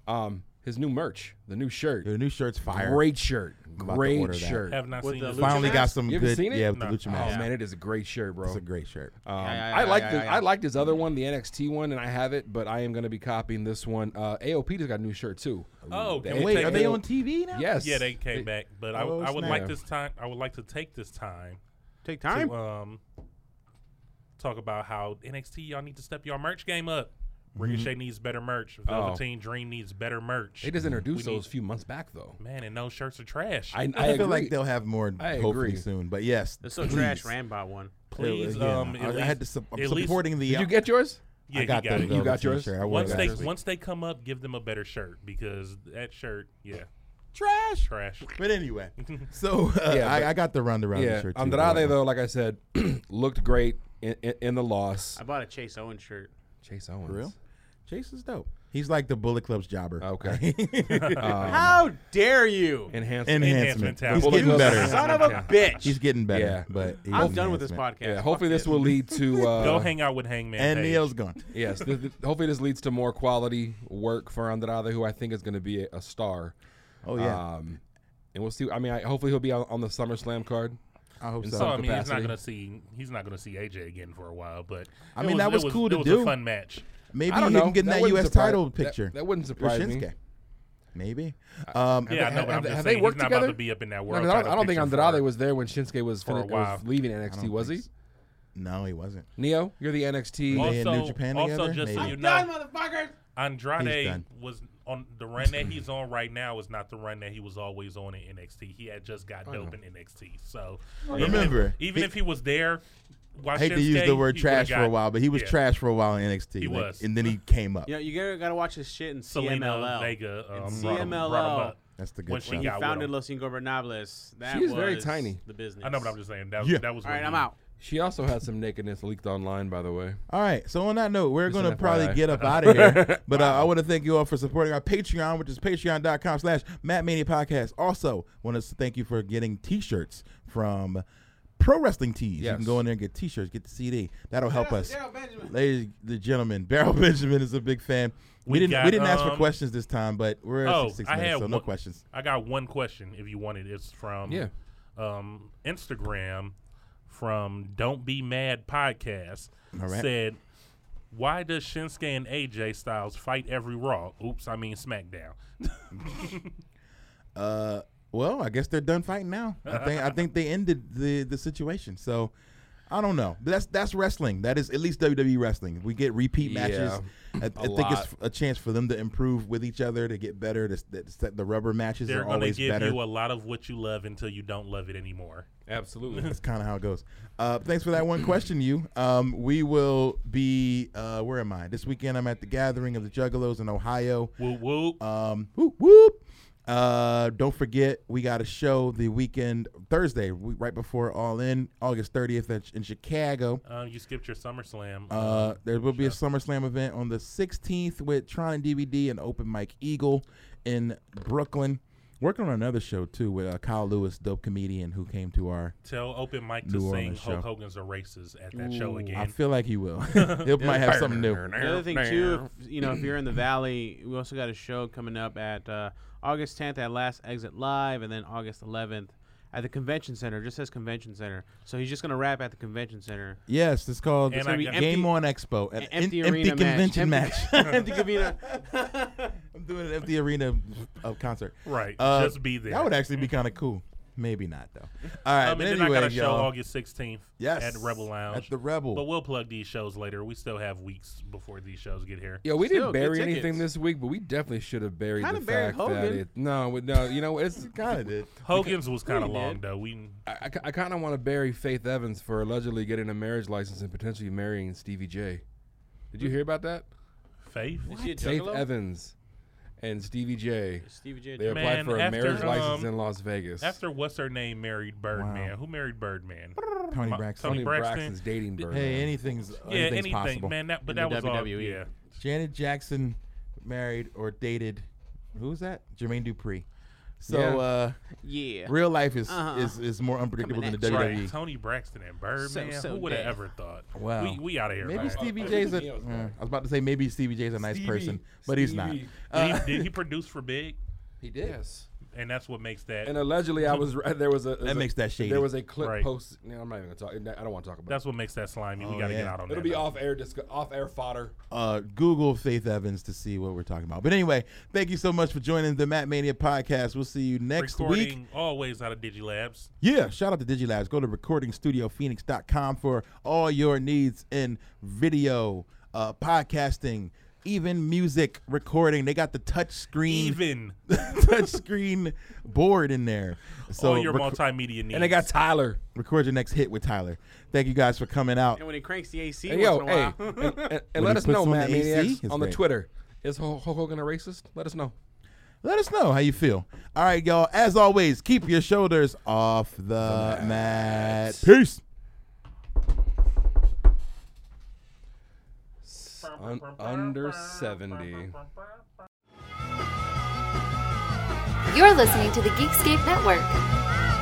D: um, his new merch, the new shirt.
C: Your new shirt's fire.
D: Great shirt.
C: to order
D: Great
C: that.
D: shirt.
E: Have not
B: With
E: seen
B: the
E: it.
B: Lucha
C: Finally got
B: Mask?
C: some
D: You ever
C: good.
D: seen it?
C: Yeah, with
E: No.
C: the Lucha
D: Oh
C: Mask.
D: man, it is a great shirt, bro.
C: It's a great shirt.
D: Um,
B: Yeah, yeah,
D: I
B: yeah,
D: like
B: yeah,
D: the
B: yeah, yeah.
D: I like this other one, the NXT one, and I have it, but I am gonna be copying this one. Uh, AOP just got a new shirt too.
E: Oh,
D: They-
E: can we
C: Wait,
E: take
C: are they
E: it?
C: on TV now?
D: Yes.
E: Yeah, they came back, but I,
C: Oh,
E: I would like
C: snap.
E: this time. I would like to take this time
B: Take time.
E: to um talk about how NXT y'all need to step your merch game up.
C: Mm-hmm.
E: Ricochet needs better merch.
C: Oh.
E: Velveteen Dream needs better merch.
D: They just introduced
E: We need-
D: those a few months back though.
E: Man, and those shirts are trash.
D: I, I,
C: I, feel
D: agree.
C: like they'll have more
D: I
C: hopefully
D: agree.
C: soon. But yes,
B: It's so trash. Ran by one.
E: Please,
C: Yeah,
E: um,
C: I,
E: at
C: I had to.
E: least-
C: Su- I'm
E: at least-
C: supporting the.
D: Did you get yours?
E: Yeah,
C: I
E: he
C: got,
E: got
C: the
E: it.
D: You got
C: Velveteen
D: yours?
C: shirt. I wore
E: once
C: that.
E: they once they come up, give them a better shirt because that shirt, yeah,
C: trash.
E: trash.
C: But anyway, so uh,
D: Yeah, but-
C: I, I got the Ronda Rousey
D: Yeah.
C: shirt. too, uh, by the way.
D: Andrade though, like I said, looked great in, in, in the loss.
B: I bought a Chase Owen shirt.
D: Chase Owens.
C: For real? Chase is dope. He's like the Bullet Club's jobber.
D: Okay. Oh,
B: How dare you?
D: Enhanced.
C: Enhancement.
E: Enhancement
C: He's
E: tablet.
C: getting better.
B: Son of a bitch.
C: He's getting better.
D: Yeah.
C: But he's
B: I'm done with this
C: enhancement.
B: podcast.
D: yeah.
B: Fuck
D: Hopefully this will lead to uh,
E: Go hang out with Hangman.
C: And
E: Page.
C: Neil's gone.
D: yes, th- th- hopefully this leads to more quality work for Andrade, who I think is going to be a, a star.
C: Oh yeah.
D: Um, and we'll see. I mean, I, hopefully he'll be on, on the SummerSlam card.
C: I hope
D: in
C: so.
E: So I mean, he's
D: capacity.
E: not gonna see he's not gonna see AJ again for a while. But
C: I
E: it
C: mean, that
E: it
C: was cool to
E: it was
C: do.
E: A fun match.
C: Maybe
D: I
C: you
D: don't know.
C: can get in
D: That
C: that
D: wouldn't
C: U.S.
D: surprise-
C: title
D: that-
C: picture.
D: that wouldn't
C: Or
D: surprise me. Uh,
C: Shinsuke. Maybe. Um,
E: Yeah, I
D: have-
E: know, but
D: have-
E: I'm just
D: have
E: saying
D: they
E: he's
D: worked
E: not
D: together?
E: about to be up in that
D: No,
E: world.
D: but I don't,
E: title
D: I don't think
E: picture
D: Andrade
E: for-
D: was there when Shinsuke was,
E: for a
D: fin-
E: while.
D: was leaving NXT, was he?
C: think No, he wasn't.
D: Neo, you're the NXT.
C: Well,
E: Also,
C: they in New Japan
E: also
C: together?
E: just so
C: Maybe.
E: you
F: Done,
E: know,
F: motherfuckers.
C: He's
E: Andrade
C: done.
E: was on the run that he's on right now is not the run that he was always on in NXT. He had just got dope in NXT. So even
C: Remember,
E: if, even
C: he-
E: if he was there, while
C: I hate to use the
E: Shinsuke,
C: word
E: he would've
C: trash for a
E: got-
C: while, but he was
E: yeah.
C: trash for a while in NXT.
E: He
C: like,
E: was.
C: And then he came up.
B: You know, you gotta, gotta watch his shit in
E: Selena
B: CMLL.
E: Vega um,
B: And
E: brought him- brought him
B: CMLL.
E: up
C: That's the
E: when
C: good
E: she
C: stuff.
B: He
E: got with
B: founded
E: him.
B: Los Ingobernables. That
D: She is very
B: was
D: tiny.
B: The business.
E: I know, but I'm just saying that.
C: Yeah.
E: That was
B: All right,
E: when
B: I'm
E: he-
B: out.
D: She also had some nakedness leaked online, by the way.
C: All right. So on that note, we're
D: Just an
C: going to probably
D: FYI.
C: get up out of here. But uh, I want to thank you all for supporting our Patreon, which is patreon.com slash Matt Mania Podcast. Also, want to thank you for getting T-shirts from Pro Wrestling Tees. You can
D: Yes.
C: go in there and get T-shirts, get the CD. That'll help
F: out to
C: us.
F: Daryl Benjamin.
C: Ladies and gentlemen, Daryl Benjamin is a big fan. We,
E: We
C: didn't
E: got,
C: we didn't ask for
E: um,
C: questions this time, but we're at
E: Oh,
C: 66
E: I
C: minutes,
E: had
C: so
E: one,
C: no questions.
E: I got one question. If you wanted, it's from
D: Yeah.
E: um, Instagram from Don't Be Mad podcast.
C: All right.
E: Said, why does Shinsuke and AJ Styles fight every Raw? Oops, I mean SmackDown.
C: Uh, well, I guess they're done fighting now. I think I think they ended the the situation. So I don't know. But That's that's wrestling. That is at least WWE wrestling. We get repeat matches. I, I think
D: lot.
C: it's a chance for them to improve with each other, to get better. To, s- that set the rubber matches
E: They're
C: are
E: going to
C: always
E: give
C: better.
E: you a lot of what you love until you don't love it anymore.
D: Absolutely.
C: that's kind of how it goes. Uh, thanks for that one question, you. Um, we will be uh, where am I this weekend? I'm at the gathering of the Juggalos in Ohio.
E: Whoop whoop.
C: Um, whoop whoop. Uh, don't forget we got a show the weekend Thursday, we, right before All In, August 30th at, in Chicago.
E: Uh, you skipped your SummerSlam.
C: Uh, there will be a SummerSlam event on the 16th with Tron and DVD and Open Mike Eagle in Brooklyn. Working on another show too with uh, Kyle Lewis, dope comedian who came to our.
E: Tell Open Mike to
C: New
E: sing
C: Orleans show.
E: Hulk Hogan's Erases at that show again.
C: I feel like he will. he might have something new.
B: The other thing too, if, you know, if you're in the valley, we also got a show coming up at uh, August 10th at Last Exit Live, and then August 11th at the Convention Center. It just says Convention Center, so he's just gonna rap at the Convention Center.
C: Yes, it's called
E: And
C: it's
E: I
C: gonna be
E: got-
C: Game On Expo, an
B: An empty
C: em-
B: arena match.
C: convention
B: Empty-
C: match.
B: empty convener.
C: I'm doing an empty arena of concert. Uh,
E: Right, just be there.
C: That would actually be kind of cool. Maybe not though. All right,
E: Um,
C: but
E: and
C: anyway,
E: then I got a show
C: y'all.
E: August 16th
C: Yes,
E: at Rebel Lounge.
C: at the Rebel.
E: But we'll plug these shows later. We still have weeks before these shows get here.
D: Yeah, we
B: Still,
D: didn't
B: good
D: bury anything
B: tickets.
D: this week, but we definitely should have buried
B: Kinda
D: the
B: buried
D: fact that
B: Hogan.
D: it. No, we- no, you know it's.
C: kind of did.
E: Hogan's was kind of
B: we did.
E: long, though. We
D: I, kind of want to bury Faith Evans for allegedly getting a marriage license and potentially marrying Stevie J. Did you hear about that?
E: Faith.
B: Is she a
D: Faith
B: juggalo?
D: Evans and Stevie J.
B: Stevie J.
D: They
B: Juggalo.
D: applied
E: Man,
D: for a
E: after,
D: marriage license
E: um,
D: in Las Vegas.
E: After what's her name married Birdman? Who married Birdman?
C: Tony
E: Ma-
C: Braxton.
D: Tony
E: Tony Braxton.
D: Braxton's dating bird.
C: Hey, anything's
E: yeah,
C: anything's
E: anything,
C: possible.
E: man. That, but
B: In
E: that
B: the
E: was all.
B: WWE.
C: E.
E: Yeah,
C: Janet Jackson married or dated. Who's that? Jermaine Dupri. So
D: Yeah.
C: uh,
F: Yeah.
C: real life is,
F: Uh-huh.
C: is is more unpredictable than
F: Coming
C: the E.
F: at you.
E: Right,
C: WWE.
E: Tony Braxton and Birdman.
F: So- so
E: Who would have
F: dead.
E: ever thought?
C: Wow.
E: We, we out of here.
C: Maybe
E: fast.
C: Stevie
D: Uh,
C: J's a.
D: Stevie Neal's
C: yeah,
D: back.
C: I was about to say maybe Stevie J's a nice
D: Stevie,
C: person, but he's not.
D: Stevie.
E: Did
C: uh,
E: he, did he produce for Big?
C: He did.
D: Yes.
E: And that's what makes that.
C: uh,
D: And allegedly, I was there was a that
C: makes that shady.
D: There was a clip
E: Right.
D: post. No, I'm not even gonna talk. I don't want to talk about.
E: that's what makes that slimy. we got to
C: Oh, yeah.
E: get out on
D: it. It'll
E: that.
D: be
E: note.
D: off air disc- off air fodder.
C: uh, Google Faith Evans to see what we're talking about. But anyway, thank you so much for joining the Matt Mania podcast. We'll see you next
E: Recording
C: week.
E: always out of DigiLabs.
C: Yeah, shout out to Digilabs. Go to recordingstudiophoenix.com for all your needs in video, uh, podcasting, even music recording. They got the touch screen
E: Even
C: touch screen board in there. So
E: all your
C: rec-
E: multimedia needs.
D: And they got Tyler.
C: record your next hit with Tyler. Thank you guys for coming out.
B: And when he cranks the AC
D: And
B: once
D: yo,
B: in a
D: hey,
B: while.
D: and, and- and
C: When
D: let
C: he
D: us
C: puts
D: know,
C: on
D: Matt
C: the AC,
D: Maniacs,
C: it's
D: on the
C: great.
D: Twitter. Is Hulk Hulk Hogan a racist? Let us know.
C: Let us know how you feel. All right, y'all. As always, keep your shoulders off the mat. Peace.
D: Un- under 70.
H: You're listening to the Geekscape Network.